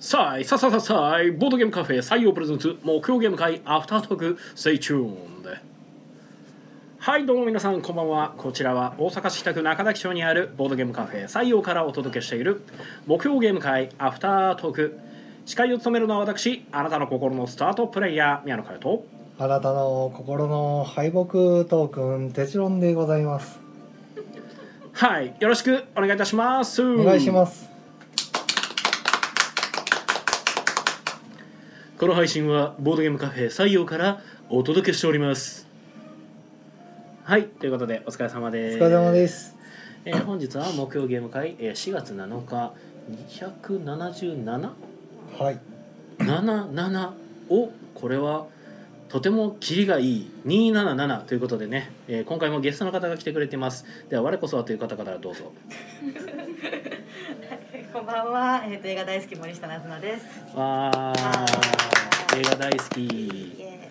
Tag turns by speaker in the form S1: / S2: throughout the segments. S1: さあいさあさあさあさあいボードゲームカフェ採用プレゼンツ目標ゲーム会アフタートーク Stay tuned はいどうも皆さんこんばんはこちらは大阪市北区中崎町にあるボードゲームカフェ採用からお届けしている目標ゲーム会アフタートーク司会を務めるのは私あなたの心のスタートプレイヤー宮野佳代と
S2: あなたの心の敗北トークンテチロンでございます
S1: はいよろしくお願いいたします
S2: お願いします
S1: この配信はボードゲームカフェ採用からお届けしておりますはいということでお疲れ様
S2: お
S1: です
S2: 疲れ様です
S1: えー本日は目標ゲーム会、えー、4月7日277
S2: はい
S1: 77をこれはとてもキリがいい277ということでね、えー今回もゲストの方が来てくれてますでは我こそはという方からどうぞ
S3: こんばんは、えっ、と映画大好き森下なずなです。
S1: わー映画大好
S3: イ
S1: き
S3: エ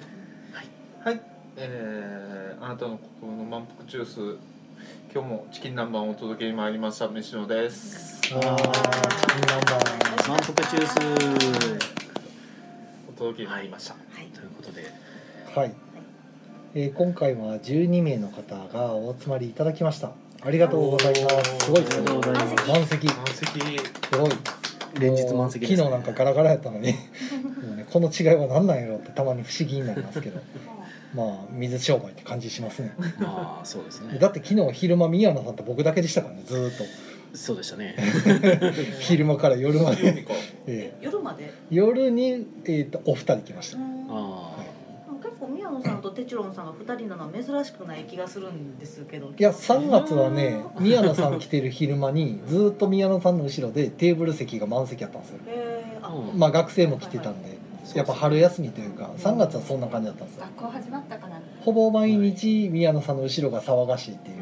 S4: はい、えー、あなたの心の満腹ジュース今日もチキン南蛮をお届けに参りました飯野です
S2: あーチキンナンバー
S1: 満腹中枢
S4: お届けに参りました、
S3: ーイ
S1: ということで
S2: はい、えー今回は12名の方がお集まりいただきましたありがとうございますすごいですね
S1: ありがとうございます
S2: 満席す
S4: 満席
S2: ごい
S1: 連日満席です、ね、
S2: もう昨日なんか ガラガラやったのにもうねこの違いは何なんやろってたまに不思議になりますけど まあ水商売って感じしますね
S1: まあそうですね
S2: だって昨日昼間宮野さんと僕だけでしたからねずーっと
S1: そうでした ね
S2: 昼間から夜ま
S4: 金曜
S2: で、
S4: 日か
S2: ええ
S3: 夜まで。
S2: 夜に、えー、とお二人来まし
S3: う
S2: た
S3: ん
S1: ああ
S3: 結構宮野さんとテチロンさんが二人なのは珍しくない気がするんですけど。
S2: いや3月はね宮野さん来てる昼間にずーっと宮野さんの後ろでテーブル席が満席やったんですよ
S3: えー、あ、
S1: うん
S2: まあ学生も来てたんでやっぱ春休みというか3月はそんな感じだったんですよ
S5: 学校始まったから
S2: ほぼ毎日宮野さんの後ろが騒がしいっていう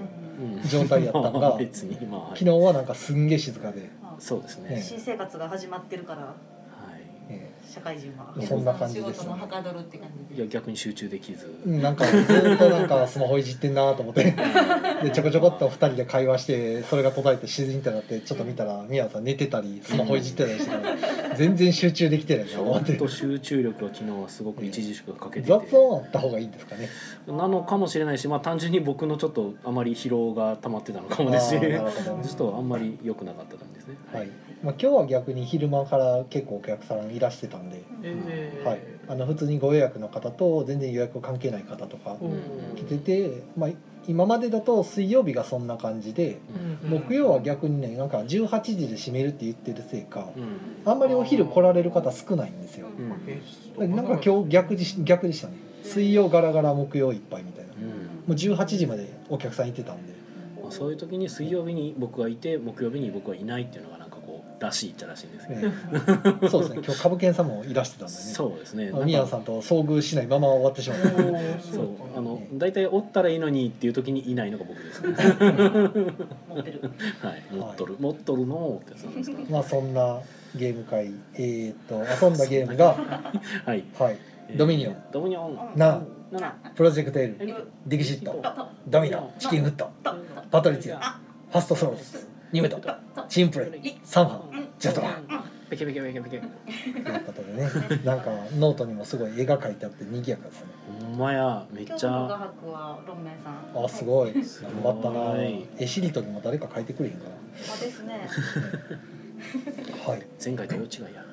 S1: うん
S2: 状態やった ん
S1: ま
S2: が
S1: あ別にまあはい
S2: 昨日はなんかすんげえ静かで、
S3: まあ
S1: そうですね、
S2: え
S3: 新生活が始まってるから
S1: は
S2: え
S3: 社会人は。
S2: そんな感じです
S5: 仕事もはかどるって感
S1: い、
S5: じ
S1: い
S5: で
S1: や逆に集中できず、
S2: えうんなんかずーっとなんかスマホいじってんなと思って。でちょこちょこっと2人で会話してそれが途絶えて静にってなってちょっと見たら宮野さん寝てたりスマホいじってたりしてたら全然集中できてないなと思っ
S1: ちょってと集中力は昨日はすごく著しくかけてて、
S2: 雑音あった方がいいんですかね
S1: なのかもしれないし、まあ、単純に僕のちょっとあまり疲労が溜まってたのかもですし
S2: あーなる
S1: ち
S2: ほどね
S1: ょっとあんまり良くなかった感じですね、
S2: はい、まあ、今日は逆に昼間から結構お客さんいらしてたんで、
S4: えー、
S2: はい、あの普通にご予約の方と全然予約関係ない方とか
S4: うん
S2: 来てて、まあ、今までだと水曜日がそんな感じで
S4: うん
S2: 木曜は逆にねなんか18時で閉めるって言ってるせいか
S1: うん
S2: あんまりお昼来られる方少ないんですよ
S1: うん
S4: えー
S2: なんか今日逆でし逆でしたね水曜ガラガラ木曜いっぱいみたいなも
S1: うん
S2: う18時までお客さんいてたんで
S1: まあ、そういう時に水曜日に僕がいて木曜日に僕はいないっていうのがなんかこうらしいっちゃらしいんですけど、
S2: ねそうですね今日株券さんもいらしてたんでね
S1: そうですね
S2: あ宮野さんと遭遇しないまま終わってしまった
S4: おー
S1: そ
S4: そうう
S1: あの大体おったらいいのにっていう時にいないのが僕ですねはい
S3: 持ってる。
S1: 持っとる、持っとるのーってやつなんですか
S2: まあそんなゲーム会えーっと遊んだゲームが
S1: はい、
S2: はいドミニオン
S1: ドミニオン
S2: な
S1: 7
S2: プロジェクト L
S3: えっ
S2: ディキシット
S3: とと
S2: ドミノチキンフット
S3: と
S2: パトリツィアファストソロスニュメトチンプレイサンハジャトラ
S1: ペケペケペケペケ
S2: ということでねなんかノートにもすごい絵が描いてあって賑やかですね
S1: ほんまやめっ
S3: 今
S1: ち
S3: 日の画
S1: ゃ
S3: 伯はロンメンさん。
S2: あすごい頑
S1: ごい
S2: 張ったな絵しりとりも誰か書いてくれへんか
S3: い。あですね。
S2: なはい
S1: 前回と大違いや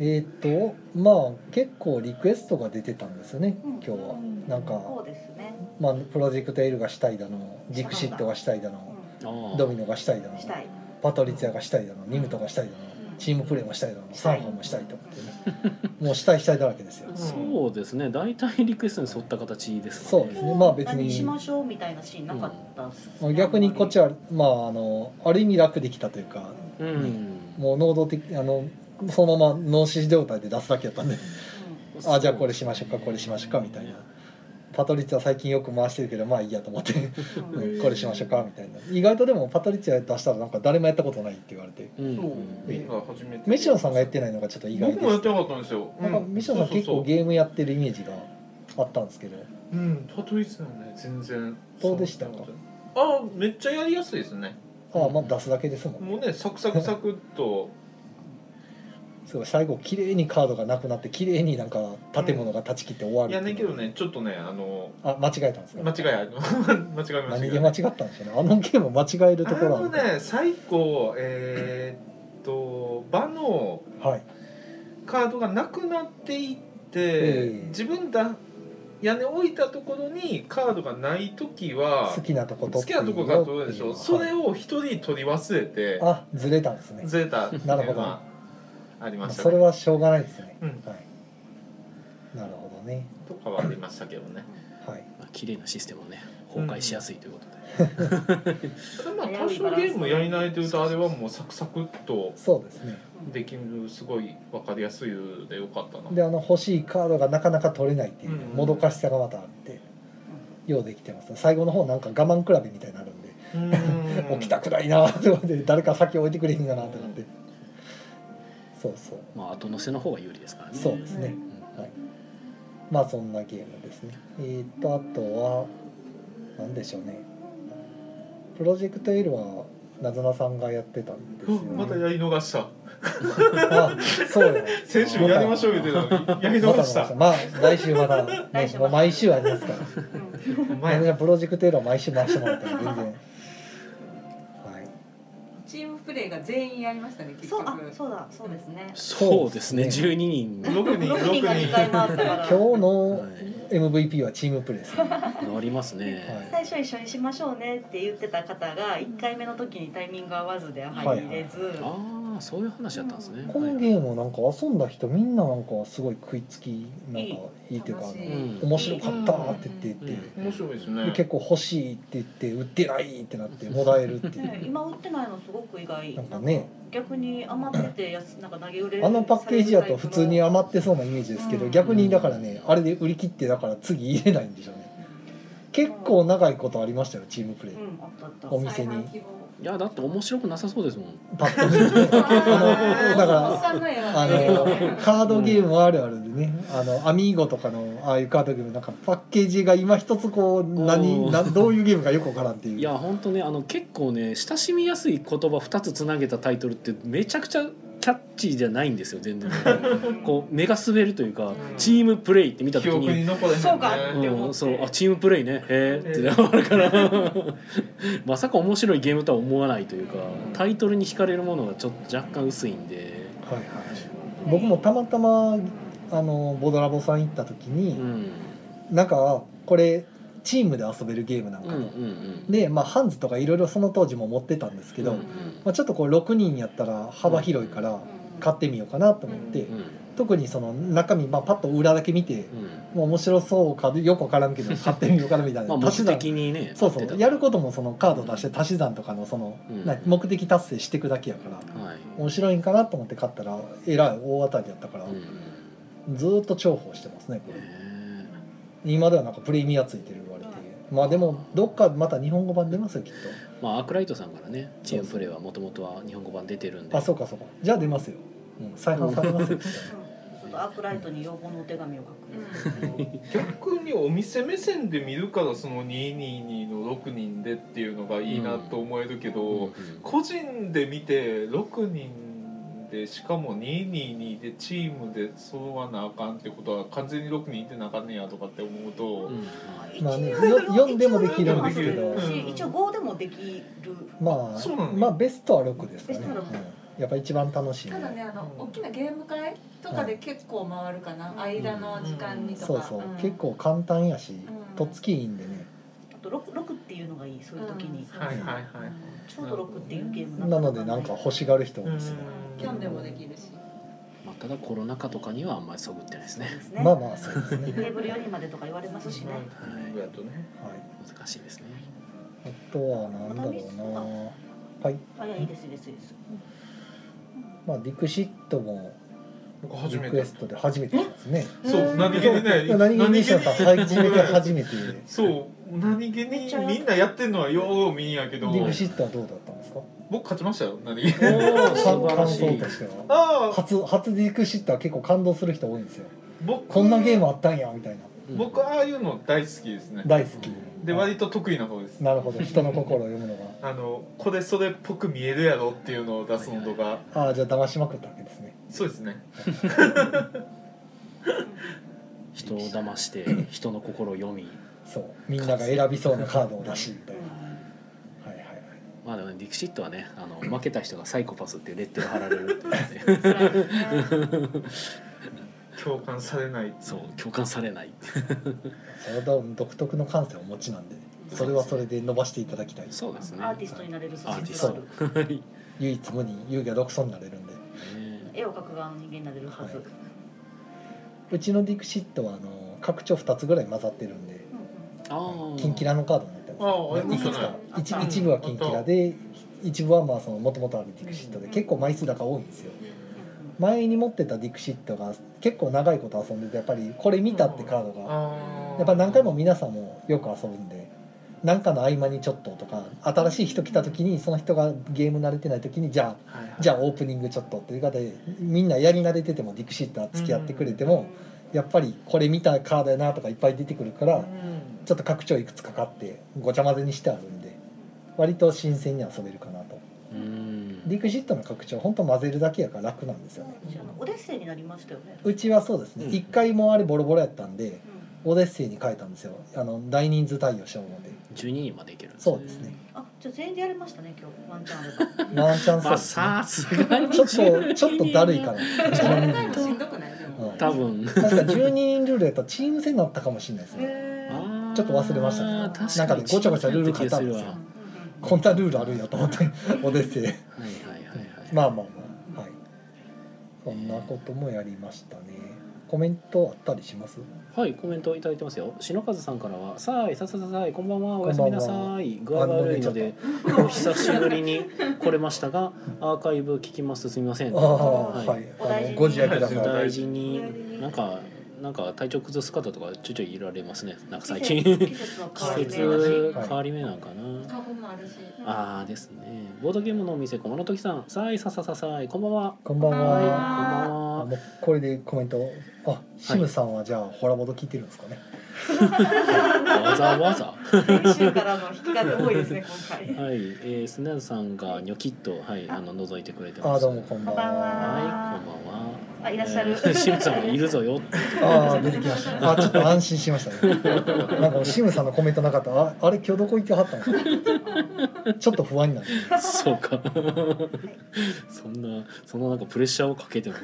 S2: えーっとまあ結構リクエストが出てたんですよね
S3: うん
S2: 今日はなん
S3: そ
S2: か
S3: うですね。
S2: まあプロジェクト L がしたいだのディクシットがしたいだの
S1: あー
S2: ドミノがしたいだ
S3: う
S2: の
S3: ん。したい。
S2: パトリツィアがしたいだのニムトがしたいだのチームプレーもしたいだのサンファもしたいとかってねもうしたいしたいだらけですよ
S1: そうですね大体リクエストに沿った形ですか
S2: そう
S1: ね
S2: ですねまあ別
S3: 何し
S2: に
S3: ましょうみたいなシーンなかったっすね、
S2: 逆にこっち
S3: は
S2: はまああのある意味楽できたというか
S1: うん
S2: もう能動的あのそのまま脳死状態で出すだけやったんであじゃあこれしましょうかこれしましょうかみたいなパトリッツィア最近よく回してるけどまあいいやと思ってうんこれしましょうかみたいな意外とでもパトリッツィア出したらなんか誰もやったことないって言われて
S1: うんうん
S4: そう
S2: え
S4: みんな初めて
S2: メシロさんがやってないのがちょっと意外で
S4: 僕もやっ
S2: す
S4: てなかったんですよ
S2: なんかメシロさん結構
S4: ー
S2: ゲームやってるイメージがあったんですけど
S4: ムうんパトリスのね全然
S2: どうでしたか
S4: あめっちゃやりやすいですね
S2: ああまあ出すだけですもん
S4: もうねサクサクサクっと
S2: すごい最後綺麗にカードがなくなって綺麗になんか建物が断ち切って終わる
S4: い
S2: っ
S4: や
S2: て
S4: ね
S2: い
S4: ん
S2: う
S4: けどねちょっとねあの
S2: あ間違えたんですね
S4: 間違いあ 間違いました
S2: 何
S4: け
S2: で
S4: ど
S2: 間違ったんでしょうねあのゲーム間違えるところ
S4: あ
S2: あ
S4: の
S2: る
S4: ね最後えーっと場の
S2: はい
S4: カードがなくなっていって、
S2: ええ
S4: 自分だ屋根置いたところにカードがない時は
S2: 好きなとこ取
S4: 好
S2: って
S4: き
S2: いいよ
S4: なところが取れるでしょ、
S2: っていう
S4: それを一人取り忘れて
S2: はいあずれたんですね
S4: ずれたっていうの
S2: なるほど
S4: がありました
S2: そ
S4: ね
S2: れはしょうがないですね、
S4: うん
S2: はいなるほどね
S4: とかはありましたけどね
S2: はい
S1: まあ綺麗なシステムをね崩壊しやすいということで、
S4: ただまあ多少ゲームやりないというとあれはもうサクサクっと
S2: そうですね
S4: できるすごい分かりやすいルールでよかったな
S2: であの欲しいカードがなかなか取れないっていう、
S4: うん
S2: もどかしさがまたあってようできてますね最後の方なんか我慢比べみたいになるんで、
S4: うーん
S2: 起きたくないなとかで誰か先置いてくれへんかなとかって、
S4: う
S2: そうそう
S1: まあ後乗せの方が有利ですからね
S2: そうですね、はいまあそんなゲームですねえっ、とあとは何でしょうねプロジェクト L はなずなさんがやってたんですよね
S4: またやり逃した
S2: あそうよ
S4: 先週やりましょう言ってたのにやり
S2: ま
S4: 逃
S2: た
S4: し
S2: また
S4: た
S2: まあ来週ま た
S3: 来
S2: ね
S3: 週また
S2: もう毎週ありますから
S4: お
S2: まあじ
S4: 前
S2: ゃあプロジェクト L は毎週回してもらったら全然はい
S5: チームプレーが全員やりましたね結
S3: そう
S5: 局
S3: あそうだそうですね
S1: そうですね12人
S4: 6人
S3: 6人が2回
S4: 6
S3: 回ったか
S2: 今
S3: ら
S2: 日の
S1: は
S2: MVP はチームプレーですね
S1: い乗りますね、
S2: は
S3: 最初一緒にしましょうねって言ってた方が1回目の時にタイミング合わずで入れず、
S1: ああそういう話だったんですね、
S2: この
S1: はい
S2: ゲームなんか遊んだ人みんななんかすごい食いつきなんかいいというかあ
S5: 楽しい
S2: の
S1: うん
S2: 面白かったって言って言って
S4: 人面白いです
S2: で
S4: ね
S2: 結構欲しいって言って売ってないってなってもらえるってい
S3: ね
S2: う
S3: 今売ってないのすごく意外
S2: なんかね
S3: 逆に余ってて安なんか投げ売れる
S2: あのパッケージだと普通に
S3: あ
S2: 余ってそうなイメージですけど
S3: うん
S2: 逆にだからねあれで売り切ってだから次入れないんでしょうね結構長いことありましたよチームプレイ
S3: うんあったあった
S2: お店に
S5: 再販希望
S1: いやだって面白くなさそうですもん
S2: パッと見て
S5: あー
S2: だから
S5: おっさんのや
S2: あ
S5: つね
S2: のカードゲームあるあるでね、あのアミーゴとかのああいうカードゲームなんかパッケージが今一つこう
S1: お
S2: 何
S1: ー
S2: などういうゲームかよくわからんっていう
S1: いや本当ねあの結構ね親しみやすい言葉2つつなげたタイトルってめちゃくちゃキャッチーじゃないんですよ全然こう目が滑るというか
S4: ん
S1: チームプレイって見た時
S4: 記憶に
S1: に
S4: 残らへんね
S3: そうかって思っ
S1: う
S3: て
S1: ん、そうあチームプレイねへえってなるから まさか面白いゲームとは思わないというかタイトルに惹かれるものがちょっと若干薄いんで、
S2: はいはい、僕もたまたまあのボドラボさん行った時
S1: う
S2: に、
S1: ん、
S2: なんかこれチームで遊べるゲームなん
S1: うん
S2: か
S1: うんう
S2: と、
S1: ん
S2: で、まあ、ハンズとかいろいろその当時も持ってたんですけど、
S1: うん
S2: まあ、ちょっとこう6人やったら幅広いから買ってみようかなと思って、
S1: うんうん
S2: 特にその中身、まあ、パッと裏だけ見て。
S1: うん
S2: もう面白そうかよくわからんけど買ってみようかなみたい
S1: ま
S2: な
S1: あ目
S2: 足し算
S1: 的にね
S2: そうそ
S1: 合ってた
S2: うやることもそのカード出して足し算とかのその、
S1: うん
S2: な目的達成していくだけやから
S1: はい、
S2: 面白いんかなと思って買ったらえらい大当たりやったから、
S1: うん
S2: ずーっと重宝してますねこれ
S1: ね
S2: 今ではなんかプレミアついてる言われてまあでもどっかまた日本語版出ますよきっ
S1: まあ、アークライトさんからねチームプレーはもともとは日本語版出てるんで
S2: とあそうかそうかじゃあ出ますよ、うん、再販されますよきっ
S3: うんちょっとアークライトに要望のお手紙を書く
S4: 逆にお店目線で見るからその222の6人でっていうのがいいなと思えるけど、
S1: うん
S4: 個人で見て6人でしかも222でチームでそうはなあかんってことは完全に6人いてなあかんねやとかって思う
S1: う
S4: と、
S1: ん
S2: まあね
S3: 一応
S2: よ
S3: 一応
S2: 読んでもでき
S4: るんですけど
S3: 一応読んでもできるし一応5でもできる
S2: とまあ
S4: そうなの
S2: まあベストは6ですかね、
S3: ベストは六
S2: うんやっぱ一番楽しい
S5: ただねあの大きなゲーム会とかで結構回るかな、
S3: うん
S5: 間の時間にとか、
S2: そうそう、
S5: ん
S2: 結構簡単やし、
S5: ん
S2: とっつきいいんでね
S3: あと 6, 6っていうのがいいそういう時に、
S5: うん
S4: はいはいはい、
S3: ちょうど6っていうゲーム
S2: なのでなんか欲しがる人もですね、
S5: うんキャンでもできるし
S1: まあ、ただコロナ禍とかにはあんまりそぐってないですね、
S3: ですね
S2: まあまあそうです
S3: テ
S2: ね、 はい、
S3: ーブル4人までとか言われますしね、
S4: うんやっとね
S1: 難しいですね
S2: あとはなんだろうなはい
S3: あいやいいですいいですいいです
S2: まあディクシットも
S4: 僕
S2: リ
S4: 初め
S2: クエ
S4: て
S2: ストで初めてですね
S4: そう何気にね
S2: 何気に西野さん初め
S4: 僕
S2: て
S4: ね
S2: 初めてデ
S4: そう何気
S3: めっちゃ
S4: にみんなやってんのはよう見んやけど
S2: ィクシットはどうだったんですか
S4: 僕勝ちましたよ何気に
S1: お
S2: 感感想としては
S4: ああ
S2: 初初ディクシットは結構感動する人多いんですよ
S4: 僕
S2: こんなゲームあったんやみたいな
S1: うん
S4: 僕ああいうの大好きですね
S2: 大好き
S4: で割と得意な方です
S2: なるほど人の心を読むのが
S4: あのこれそれっぽく見えるやろっていうのを出すのとか
S2: ああじゃあ騙しまくったわけですね
S4: そうですね
S1: 人を騙して人の心を読み
S2: そうみんなが選びそうなカードを出しみたいなはいはいはい
S1: まあでもねディクシットはねあの負けた人がサイコパスっていうレッテル貼られるっていうね
S3: 辛いですね
S4: 共感されない
S1: そう共感されない
S2: それと独特の感性をお持ちなんでそれはそれで伸ばしていただきたい
S1: そうですね
S3: アーティストになれる素
S1: アーティ
S3: 質
S1: ス
S3: があ
S1: ト
S3: る
S1: はいね
S2: 唯一無二優雅独尊になれるんで
S3: 絵を描く側の人間になれるはず、
S2: はいうちのディクシットはあの拡張2つぐらい混ざってるんで
S3: うん
S1: あー
S2: キンキラのカードになって
S4: あああれ
S2: ます、ね、いくつか
S3: あった
S2: 一一部はキンキラで一部はまあその元々あるディクシットで結構枚数だから多いんですよ前に持ってたディクシットが結構長いこと遊んでてやっぱりこれ見たってカードが
S4: あー
S2: やっぱ何回も皆さんもよく遊ぶんで何かの合間にちょっととか新しい人来た時にその人がゲーム慣れてない時にじゃあ
S4: はいはい
S2: じゃあオープニングちょっとっていう方でみんなやり慣れててもディクシッター付き合ってくれてもやっぱりこれ見たカードやなとかいっぱい出てくるから
S4: うん
S2: ちょっと拡張いくつか買ってごちゃ混ぜにしてあるんで割と新鮮に遊べるかなと
S1: うん
S2: ディクシットの拡張ほんと混ぜるだけやから楽なんですよね
S3: うんオデッセイになりましたよね、
S2: うちはそうですね
S1: うん
S2: 一回もあれボロボロやったんで
S3: うん
S2: オデッセイに変えたんですよあの大人数対応しようので
S1: 12人までいけるんです
S2: そうですね
S3: あじゃあ全員でやりましたね今日ワンチャンあれば
S2: ワンチャンそう
S1: まあ
S2: ですね
S1: さすがに
S2: ちょっとちょっとだるいかな
S5: あ
S2: ちなみ
S5: れ
S2: に
S5: でもしんどくないでも。
S2: うん
S1: 多分
S2: 確か12人ルールやったらチーム戦になったかもしれないですね
S3: へー
S1: あー
S2: ちょっと忘れましたけど
S1: 確かに
S2: なんかねごちゃごちゃルール変えたんですよ
S1: は
S2: こんなルールあるんやと思ってお出て
S1: いはいはいはい
S2: まあまあまあはいそんなこともやりましたねコメントあったりします
S1: はい、コメントいただいてますよ。篠和さんからは、さあい、ささささい、こんばんは、おやすみな
S2: こんばん
S1: さい。具合が悪いので、お久しぶりに来れましたが、 アーカイブ聞きます、すみません。
S2: ああはい
S3: お
S2: あ
S3: 大事
S2: の
S3: に
S2: ご自愛くだ
S4: お
S2: さい
S1: 大事に、なんか、なんか体調崩す方とか、ちょいちょいいられますね。なんか最近、季
S3: 季節の変わり目だし
S1: 節
S2: はい
S1: 変わり目なんかな。
S5: 過去もあるし。
S1: ああですね。ボードゲームのお店、小室時さん、さあい、ささささい、こんばんは。
S2: こんばん
S1: こ
S2: は
S1: んばん
S2: あ
S1: は。
S2: もうこれでコメントあシムさんはじゃあホラボド聞いてるんですかね
S1: わざわざ。
S3: 先週からの引き金多いです ね今回
S1: はい、えー、スネアさんがニョキッと、はい、あの覗いてくれて
S2: あ
S1: ます。
S2: どうもこんばん
S3: こんばんは
S2: は
S1: はい、こんばんは。
S3: あいらっしゃる
S1: えーシムさんが いるぞよって。
S2: ああ出てきましたあちょっと安心しましたねなんかシムさんのコメントなかったらああれ今日どこ行ってはったのかなちょっと不安になる
S1: そうか。そんな、そんななんかプレッシャーをかけても。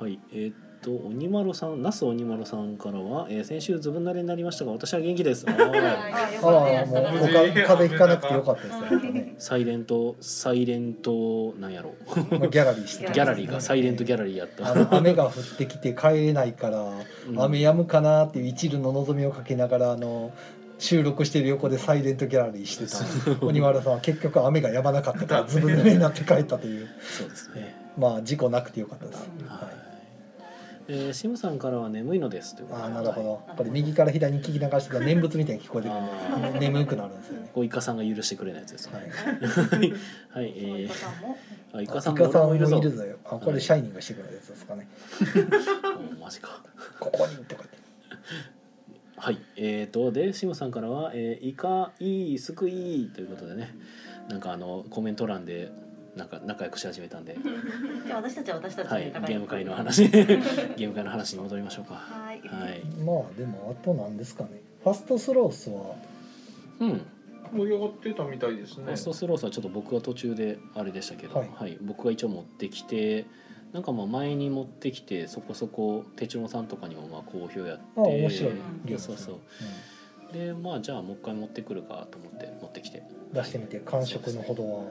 S1: はい、えーっと、鬼丸さん、那須鬼丸さんからは、えー先週ずぶ濡れになりましたが、私は元気です。はい
S5: あよ
S2: あ
S5: かった
S2: あ
S5: やった
S2: もう
S5: な
S2: おか風邪ひかなくてよかったですね本当ね
S1: サイレント、サイレント、なんやろ
S2: もうギャラリーして
S1: ギャラリーがサイレントギャラリーやった。
S2: あの雨が降ってきて帰れないから
S1: うん
S2: 雨止むかなっていう一縷の望みをかけながらあの収録してる横でサイレントギャラリーしてた鬼丸さんは結局雨が止まなかったからずぶ濡れになって帰ったという
S1: そうですね。
S2: まあ事故なくてよかったです、
S1: は
S2: はいい、。
S1: えーシムさんからは眠いのですということで
S2: ああなるほどこれ右から左に聞き流してたら念仏みたいに聞こえてくるんで眠くなるんですよね
S1: こうイカさんが許してくれないやつですね。
S2: はい
S1: はい、 はい、え
S3: そうい
S1: ー
S3: う方も
S1: あ、イ
S2: イ
S1: カさんも俺もいるぞ。
S2: よあこれシャイニングしてくるやつですかね
S1: おマジか。
S2: ここにとかって
S1: はい、えー、とでシムさんからは、えーイカいいすくいいということでね、なんかあのコメント欄でなんか仲良くし始めたんで、
S3: じゃあ私たちは私たち
S1: はい、ゲ
S3: で互い
S1: ー
S3: に
S1: ム会の話、 ゲーム会の話に戻りましょうか。は
S3: はい
S1: い、
S2: まあでもあとなんですかねファストスロースは
S1: うん、
S4: 盛り上がってたみたいです
S1: フ
S4: ね
S1: ァストスロースはちょっと僕は途中であれでしたけど、は
S2: はいい、
S1: 僕が一応持ってきて。なんかまあ前に持ってきてそこそこ手帳さんとかにもまあ好評やって
S2: あ面白いゲームです
S1: そ
S2: ね
S1: うそうでまあじゃあもう一回持ってくるかと思って持ってきて
S2: うん出してみて感触のほどは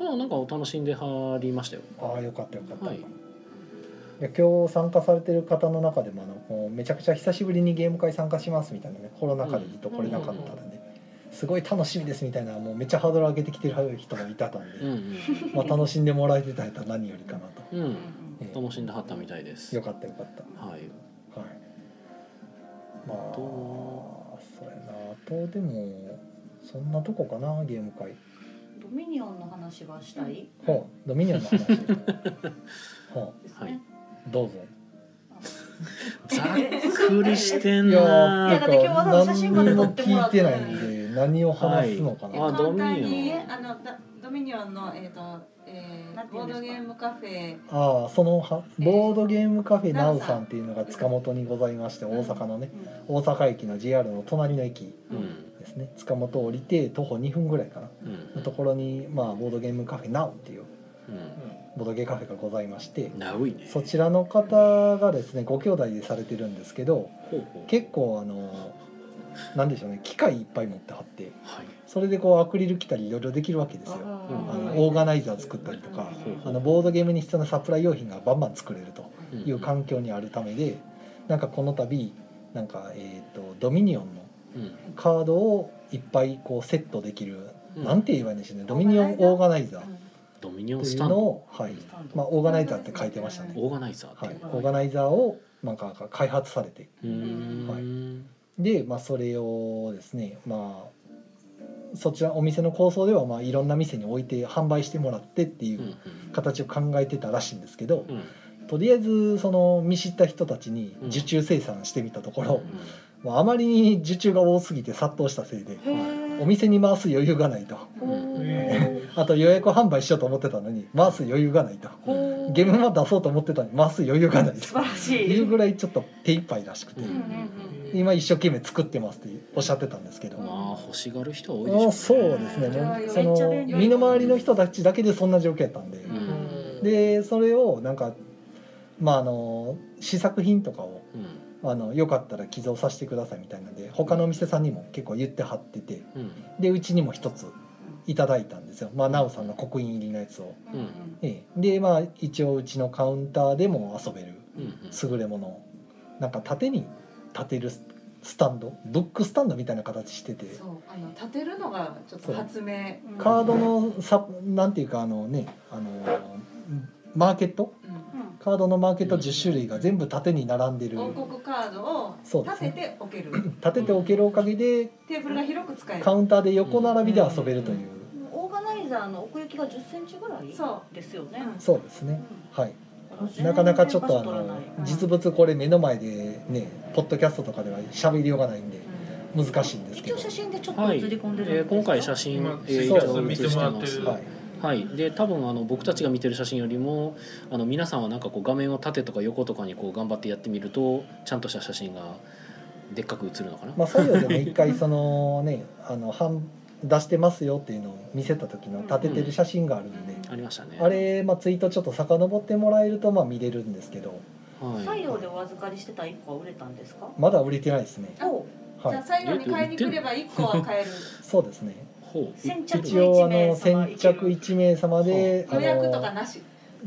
S1: ああなんかお楽しんではりましたよ
S2: ああよかったよかった、
S1: はい
S2: いや今日参加されてる方の中でもあのこうめちゃくちゃ久しぶりにゲーム会参加しますみたいなねコロナ禍でずっと来れなかったんで、すごい楽しみですみたいなもうめっちゃハードル上げてきてる人もいたたんで、
S1: うん
S2: まあ、楽しんでもらえてたら何よりかなと、
S1: うん、うん、
S2: ええ
S1: 楽しんではったみたいです
S2: よ
S1: は
S2: かったよかった
S1: い
S2: はいまあ
S1: あと
S2: そうやなあとでもそんなとこかなゲーム会
S3: ドミニオンの話はしたい
S2: ほうドミニオンの話ほ
S3: です
S1: はい
S3: ね
S2: うどうぞ
S3: あ
S1: ざっくりしてん
S2: いや
S3: な
S1: なん
S3: かで今日わざわざ写
S2: 何に
S3: 真まで撮
S2: も
S3: ってもら
S2: 聞
S3: っ
S2: い
S3: て
S2: てないんで何を話すのかな、
S1: はあい
S5: 簡単
S1: ドミニ
S5: に
S1: オン
S5: あのだドミニオンのえっ、と、え
S3: なん
S5: ー、
S3: て言うんで
S5: ボー
S3: すか
S5: ドゲームカフェ
S2: ああそのは
S5: えー
S2: ボードゲームカフェ
S5: ナ
S2: ナ
S5: ウ
S2: ウ
S5: さん
S2: さんっていうのが塚本にございまして
S5: うん
S2: 大阪のね大阪駅の JR の隣の駅
S1: う
S5: うん
S1: ん
S2: ですね塚本を降りて徒歩2分ぐらいかな
S1: うん
S2: のところに、まあ、ボードゲームカフェナウっていう
S1: うん
S2: ボードゲーカフェがございまして
S1: ナウイね
S2: そちらの方がですねご兄弟でされてるんですけど
S1: ほうほう
S2: 結構あのなんでしょうね機械いっぱい持ってはって
S1: はい
S2: それでこうアクリル着たりいろいろできるわけですよ。
S1: うん
S2: あ
S5: あ
S2: のオーガナイザー作ったりとかあのボードゲームに必要なサプライ用品がバンバン作れると
S1: うん
S2: いう環境にあるためでなんかこの度なんかえっ、とドミニオンの
S1: うん
S2: カードをいっぱいこうセットできる、
S1: うん
S2: なんて言えばいいんでしょうねドミニオンオーガナイザーっ
S1: ドミニオン
S2: てい
S1: ス
S2: う
S1: タン
S2: の
S1: ド
S2: をはいまあオーガナイザーって書いてましたね
S1: オーガナイザーって
S2: はいいうオーガナイザーをなんか開発されて
S1: うーん
S2: はいでまあそれをですねまあそちらお店の構想ではまあいろんな店に置いて販売してもらってってい
S1: うん
S2: う形を考えてたらしいんですけど、
S1: うんうん
S2: とりあえずその見知った人たちに受注生産してみたところ、もうあまりに受注が多すぎて殺到したせいでお店に回す余裕がないと
S1: うん
S2: あと予約販売しようと思ってたのに回す余裕がないと
S1: うん
S2: ゲームマ出そうと思ってたのに回す余裕がない
S3: 素
S2: と
S3: 晴らし
S2: い
S3: いう
S2: ぐらいちょっと手一杯らしくて
S1: う。ん
S2: 今一生懸命作ってますっておっしゃってたんですけど、
S5: うん
S1: まあ欲しがる人は多いでしょ
S2: もう
S1: ね
S2: そうですねもうそ
S3: めっちゃ
S2: の
S3: 便利
S2: 身の回りの人たちだけでそんな状況やったんで、
S1: うん
S2: でそれをなんかまああの試作品とかを
S1: うん
S2: あのよかったら寄贈させてくださいみたいなんで他のお店さんにも結構言ってはってて
S1: うん
S2: でうちにも一ついただいたんですよまあ奈緒さんの刻印入りのやつを、
S1: うん
S2: ええでまあ一応うちのカウンターでも遊べる
S1: うん
S2: 優れものをなんか縦に立てるススタンドブックスタンドみたいな形してて
S5: そうあの立てるのがちょっと発明
S2: カードのさなんていうかあのねあのマーケット
S5: うん
S2: カードのマーケット10種類が全部縦に並んでる
S5: 王国カードを
S2: そうで
S5: 立
S2: す
S5: て
S2: ね
S5: て置ける
S2: 立てておけるおかげで
S5: テーブルが広く使える
S2: カウンターで横並びで遊べるという、
S3: オーガナイザーの奥行きが10センチぐらい
S5: そう
S3: ですよね
S2: そうですねはいなかなかちょっとあの実物これ目の前でねポッドキャストとかでは喋りようがないんで難しいんですけ
S3: 一
S2: ど
S3: 応写真でちょっと
S1: はい、
S3: 映
S1: え
S3: り込んでるんです
S1: ー今回写真、
S4: 今
S1: えー、
S2: そう
S1: 一応
S2: 見
S4: てもらってる
S1: は
S2: はいい、
S1: はい、で多分あの僕たちが見てる写真よりもあの皆さんはなんかこう画面を縦とか横とかにこう頑張ってやってみるとちゃんとした写真がでっかく写るのかな、
S2: まあ、作業でも一回そのね あの販出してますよっていうのを見せた時の立ててる写真があるんで、
S1: ありましたね
S2: あれ、まあ、ツイートちょっと遡ってもらえるとまあ見れるんですけど
S1: は
S3: 採
S1: い、
S3: 用でお預かりしてた1個は売れたんですか
S2: まだ売れてないですね
S3: お
S5: じ
S2: は
S5: ゃあ
S2: い
S5: 最後に買いに来れば一個は買える
S2: そうですね
S1: ほう
S3: 先着
S2: 一応あの先着1名様であ
S5: 予
S2: の
S5: 約とかなし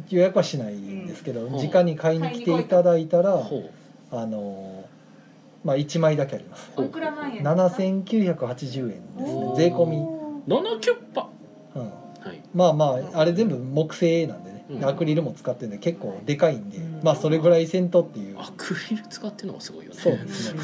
S2: 予約はしないんですけど、
S1: うん
S2: 直に買いに来ていただいたら、
S1: ほう
S2: あのまあ1枚だけあります
S5: おいくら万円
S2: 7980円ですね
S1: おー
S2: 税込み、
S1: 7キュッパ
S2: うん、
S1: はい
S2: まあまああれ全部木製なんで
S1: う
S2: ね、
S1: ん
S2: アクリルも使ってるんで結構でかいんで、
S4: うん
S2: まあそれぐらいせんとっていう、
S1: アクリル使ってるのがすごいよね
S2: そうですね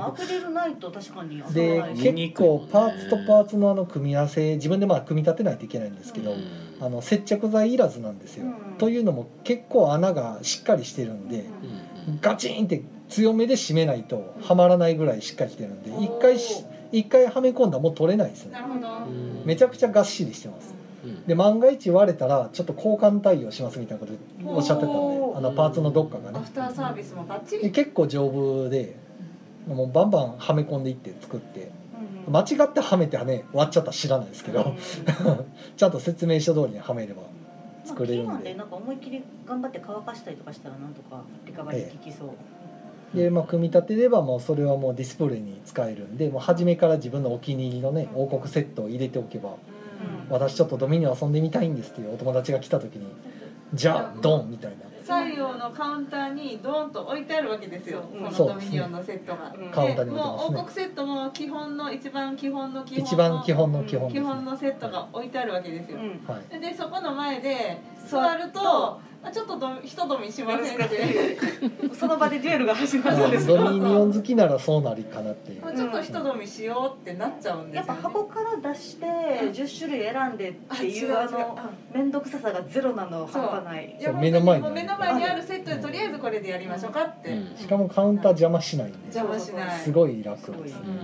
S3: アクリルないと確かに
S2: で
S1: ん見に
S2: 結
S1: くいもん
S2: 構
S1: ね
S2: パーツとパーツのあの組み合わせ自分でまあ組み立てないといけないんですけ
S1: う
S2: ど、
S1: ん
S2: あの接着剤いらずなんですよ、
S3: うん
S2: というのも結構穴がしっかりしてるん
S1: う
S2: で、
S1: ん
S2: ガチンって強めで締めないとはまらないぐらいしっかりしてるんで一回し一回はめ込んだらもう取れないです
S5: な
S2: ね
S5: るほど
S1: うんうん
S2: めちゃくちゃがっしりしてます
S1: うん
S2: で万が一割れたらちょっと交換対応しますみたいなことおっしゃってたん
S3: お
S2: で
S3: ー
S2: あのパーツのどっかが
S5: ア
S2: ね
S5: フターサービスもバッチ
S2: で
S5: リ
S2: 結構丈夫でもうバンバンはめ込んでいって作って間違ってはめてはね割っちゃったら知らないですけどちゃんと説明書通りにはめれば
S3: 作れるんでなんか思いっきり頑張って乾かしたりとかしたらなんとかリカバリー効きそう、
S2: で、まあ、組み立てればもうそれはもうディスプレイに使えるんでもう初めから自分のお気に入りのね王国セットを入れておけば
S5: うん
S2: 私ちょっとドミニオン遊んでみたいんですっていうお友達が来た時にじゃあドンみたいな
S5: 採用のカウンターにドーンと置いてあるわけですよ
S3: うん
S5: そのドミニオンのセットが
S3: うん
S2: カウンターに置い
S5: で
S2: て
S5: も
S2: ま
S5: う
S2: す
S5: 王
S2: ね
S5: 国セットも基本の一番基本の基本の
S2: 一番基本の基本です
S5: 基
S2: ね
S5: 本のセットが置いてあるわけですよ
S3: うん
S2: はい
S5: でそこの前で座るとあちょっとど人どみしません
S3: よろ
S5: っ。
S3: しくって てその場でデュエルが始まるんですよ
S2: ドミニオン好きならそうなりかなっていう
S5: まあちょっと人どみしようってなっちゃうんで
S3: やっ
S5: す
S3: ぱ
S5: よ、ね。
S3: 箱から出して10種類選んでっていうあの面倒くささがゼロなの半端ない
S5: いや
S2: そう目の前に
S5: もう目の前にあるセットでとりあえずこれでやりましょうかって、
S1: う
S5: うんん
S2: しかもカウンター邪魔しないんで
S5: 邪魔しない
S2: すごい楽です
S3: すご
S2: ね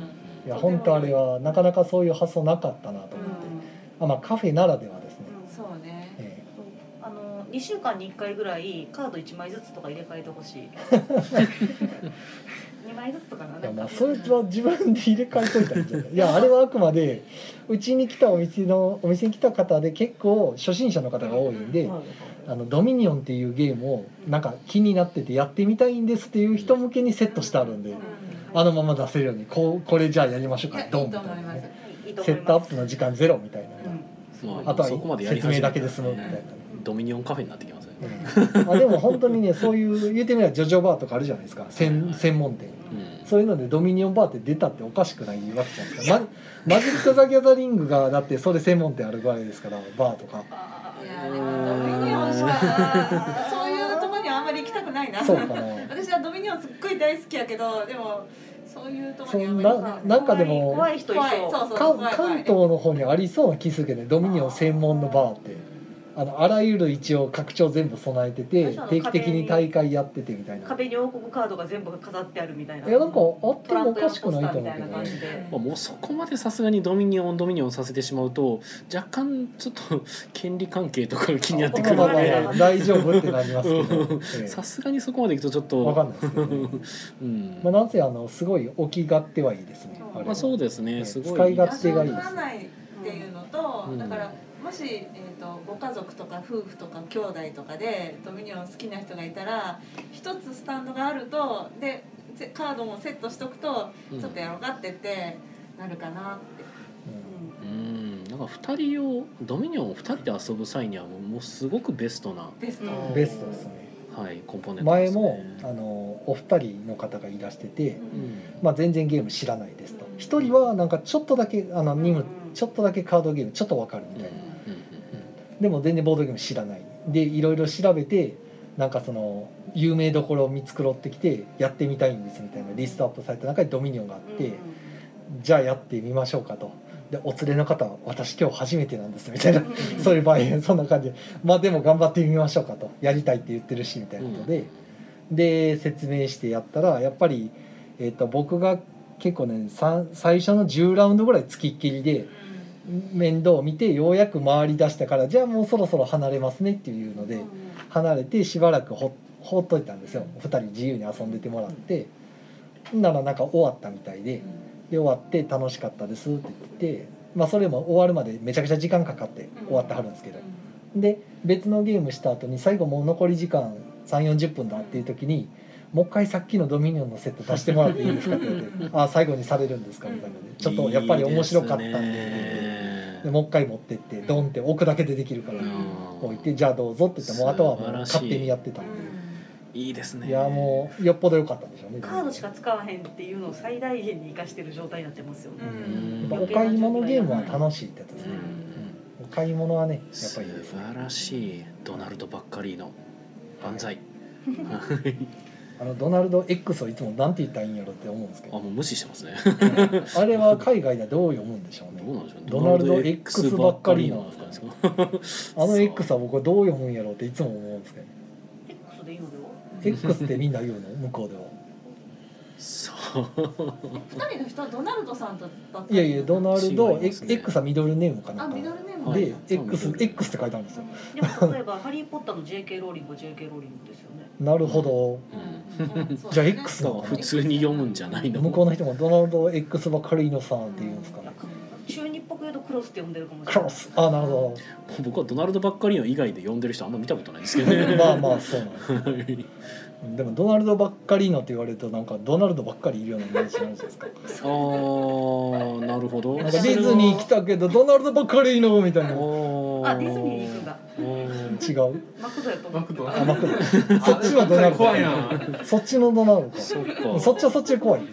S3: い
S2: いや本当あれはなかなかそういう発想なかったなと思って、あまあカフェならではですね、
S5: そうね
S2: え
S3: あの2週間に1回ぐらいカード1枚ずつとか入れ替えてほしい2枚ずつとかな
S2: えいや
S3: なん
S2: まあ
S3: か
S2: それは自分で入れ替えといたらいいんじゃないい やあれはあくまでうちに来たお店のお店に来た方で結構初心者の方が多いんで、あのドミニオンっていうゲームをなんか気になっててやってみたいんですっていう人向けにセットしてあるんで、
S3: うん
S2: あのまま出せるようにこうこれじゃあやりましょう
S5: い
S2: か
S5: やいいと
S2: ドン
S5: 思
S2: み
S5: い
S2: たいな
S5: ま
S2: ね
S5: す。
S3: いいと
S2: セ
S3: 思い
S2: ットア
S3: ま
S2: ッ
S3: す
S2: プの時間ゼロみたいな、
S1: ま
S2: あと
S1: そこま
S2: は
S1: でやり
S2: 説
S1: 始め
S2: 明
S1: たら
S2: だけで済むみたいな、
S1: ドミニオンカフェになってきますね、
S2: うんまあでも本当にねそういう言うてみればジョジョバーとかあるじゃないですか専専門店
S1: うん
S2: そういうのでドミニオンバーって出たっておかしくないわけじゃないですかママジック・ザ・ギャザリングがだってそれ専門店あるぐらいですからバーとか
S5: いやーでもドミニオンしかそういうとこにはあんまり行きたくないな。
S2: そうかな
S5: 私はドミニオンすっごい大好きやけどでもそういうとこ
S2: そ
S5: にあん
S2: ん
S5: まり
S2: な
S5: 行かない
S2: なんかでも
S3: 怖い人い
S5: 怖いそう
S3: そう
S5: そう
S2: か
S5: 怖い怖
S2: 関
S5: い
S2: 東の方にありそうな気するけどねドミニオン専門のバーってあのあらゆる一応拡張全部備えてて
S3: 私あの
S2: 定期的に大会やっててみたいな
S3: 壁に王国カードが全部飾ってあるみたいない
S2: やなんかあって
S3: トラ
S2: もお
S3: ンプや
S2: かし
S3: ポス
S2: くない
S3: ター
S2: と
S3: み
S2: 思うけ
S3: たい
S2: ど
S3: な感じ
S2: ね
S3: で
S1: まあもうそこまでさすがにドミニオンドミニオンさせてしまうと若干ちょっと権利関係とかが気になってくる
S2: まあ
S1: の
S2: まあま
S1: で
S2: あまあ大丈夫ってなりますけ
S1: うん
S2: ど
S1: さすがに そこまでいくとちょっと
S2: 分かんないですけどね
S1: うん
S2: まあなんせあのすごい置き勝手はいいですねあれは
S1: まあそうです
S2: え
S1: ね
S2: え
S1: すごい
S2: 使い
S5: 場
S2: 勝
S5: 所
S2: 手
S5: を
S2: がいい
S5: 取
S2: で
S5: ら
S2: す
S5: ないっていうのと、
S1: うん
S5: だからもし、えー、とご家族とか夫婦とか兄弟とかでドミニオン好きな人がいたら一つスタンドがあるとでせカードもセットしとくと
S1: うん
S5: ちょっとやろうかってってなるかなって。
S1: うんなんか2人をドミニオンを2人で遊ぶ際にはもうすごくベストな、
S5: ベスト、
S2: う
S3: うん
S2: ベストですね
S1: はい、コンポーネントで
S2: 前
S1: すね
S2: もあのお二人の方がいらしてて、
S1: うん
S2: まあ、全然ゲーム知らないですと一人はなんかちょっとだけあの任務ちょっとだけカードゲームちょっとわかるみたいな
S1: うん
S2: でも全然ボードゲーム知らないでいろいろ調べてなんかその有名どころを見繕ってきてやってみたいんですみたいなリストアップされた中にドミニオンがあって、じゃあやってみましょうかとでお連れの方は私今日初めてなんですみたいなそういう場合そんな感じでまあでも頑張ってみましょうかとやりたいって言ってるしみたいなことで、で説明してやったらやっぱり、えっと僕が結構ねさん最初の10ラウンドぐらい付きっきりで面倒を見てようやく回り出したからじゃあもうそろそろ離れますねっていうので離れてしばらくほほっといたんですよ2人自由に遊んでてもらって。ならなんか終わったみたいでで終わって楽しかったですって言って、まあ、それも終わるまでめちゃくちゃ時間かかって終わってはるんですけどで別のゲームした後に最後もう残り時間3 4 0分だっていう時に「もう一回さっきのドミニオンのセット出してもらっていいですか?」って言 われて「あ最後にされるんですか?」みたいなので「ちょっとやっぱり面白かったんで」
S1: いい
S2: って言って
S1: です
S2: で
S1: ね
S2: もう一回持ってってドンって置くだけでできるから
S5: うん
S2: 置いて「じゃあどうぞ」って言ってもうあとはもう勝手にやってたん
S1: いいですね
S2: でいやもうよっぽど良かったんでしょうね
S3: カードしか使わへんっていうのを最大限に生かしてる状態になってますよね、
S5: うん
S1: うん
S2: やっぱお買い物ゲームは楽しいってやつです
S1: う
S2: ね
S1: ん
S2: お買い物はねやっ
S1: 素
S2: ぱりいいですね
S1: 晴らしいドナルド・ばっかりの万歳
S2: あのドナルド X をいつもなんて言ったらいいんやろって思うんですけ
S1: あも
S2: ど
S1: う無視してますね
S2: あれは海外ではどう読むんでしょうね
S1: どうなんでしょう
S2: ドナルド X ばっかり
S1: な
S2: なんん
S1: で
S2: ですす
S1: か
S2: か
S1: ね
S2: ね
S1: う
S2: あの X は僕はどう読むんやろうっていつも思うんですけど
S3: X でいいのよ
S2: X ってみんな言う の向こうでは
S1: そう
S5: 二人の人はドナルドさんとばっかり
S2: いやいやドナルド
S1: 違いますね
S2: X はミドルネームかな
S5: あ
S2: んか
S5: ミドルネーム
S1: はい
S2: で X, X って書いてあるんですよ
S3: でも例えば「ハリー・ポッター」の JK ローリングは JK ローリングですよね
S2: なるほど
S5: うんうんそう
S2: じゃあ
S5: ですね
S2: X
S1: そう普通に読むんじゃないの
S2: 向こうの人もドナルド X ばっかりのさんって言うんですかね
S3: 中日っぽく言うとクロスって呼んでるかもしれ
S2: ク
S3: ない
S2: ロスあなるほ
S1: 僕はドナルド・ばっかりの以外で読んでる人あんま見たことないですけ ど
S2: ど
S1: ね
S2: まあまあそうなんで
S1: は
S2: す
S1: い
S2: でもドナルドばっかりのって言われるとなんかドナルドばっかりいるようなイメージになるじゃないですか
S1: あーなるほど
S2: なんかディズニー来たけどドナルドばっかりいいのみたいな
S1: あ
S3: あディズニーに行くんだ
S1: おー
S2: 違う
S3: マクドやと思
S4: マ
S3: っ
S4: ク
S3: て
S4: ド
S3: た
S2: あ
S4: ナ
S2: マクドそ
S4: ルド
S2: っちはどうなるか
S4: 怖いな
S2: そっちのドナルド
S1: そっか
S2: かそっちはそっちで怖いよね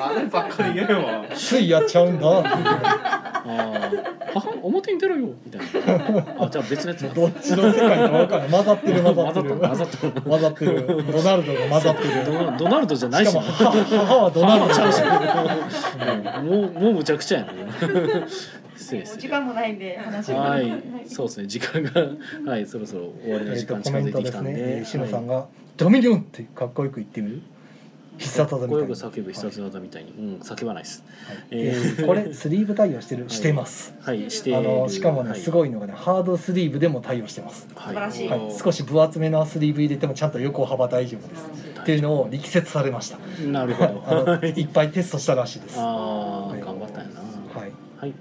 S4: あればっかり嫌やわ
S2: ついやっちゃうんだ
S1: ああ母表に出ろよみたいなあじゃあ別のやつだ
S2: どっちの世界か分からん混ざってる混ざってる
S1: 混ざった混ざっ
S2: 混ざってるドナルドが混ざってる
S1: たドナドナルドじゃない
S2: し
S1: し
S2: かも
S1: な
S2: 母母はドナルドちゃうし
S1: もうもうむちゃくちゃやな、ね、失礼
S3: もう
S1: 失
S3: 時
S1: 礼
S3: 間もないんで話が
S1: はい、そうですね、時間が、はい、そろそろ終わりの
S2: え
S1: 時
S2: っと
S1: 間
S2: コ
S1: 近
S2: メ
S1: づ
S2: ン
S1: いて
S2: ト
S1: き
S2: で
S1: た
S2: す
S1: んで。
S2: ね石野さん
S1: が。
S2: が「ドミニオン!」ってかっこよく言ってみる必殺技
S1: かっ
S2: み
S1: こ
S2: た
S1: よく
S2: いな
S1: 叫ぶ必殺技みたいに、うん、叫ばないです。
S2: はい
S1: え
S2: え
S1: ー
S2: ーこれスリーブ対応してる
S1: い
S2: してます
S1: はい、している。
S2: あのしかもね
S1: はい
S2: すごいのがねハードスリーブでも対応してます
S1: は
S3: 素晴らしい
S2: はい少し分厚めのスリーブ入れてもちゃんと横幅大丈夫ですっていうのを力説されました
S1: なるほ
S2: はい
S1: ど。
S2: あのいっぱいテストしたらしいですは
S1: ああ、
S2: はい
S1: 頑張ったよな。
S2: い
S1: はい。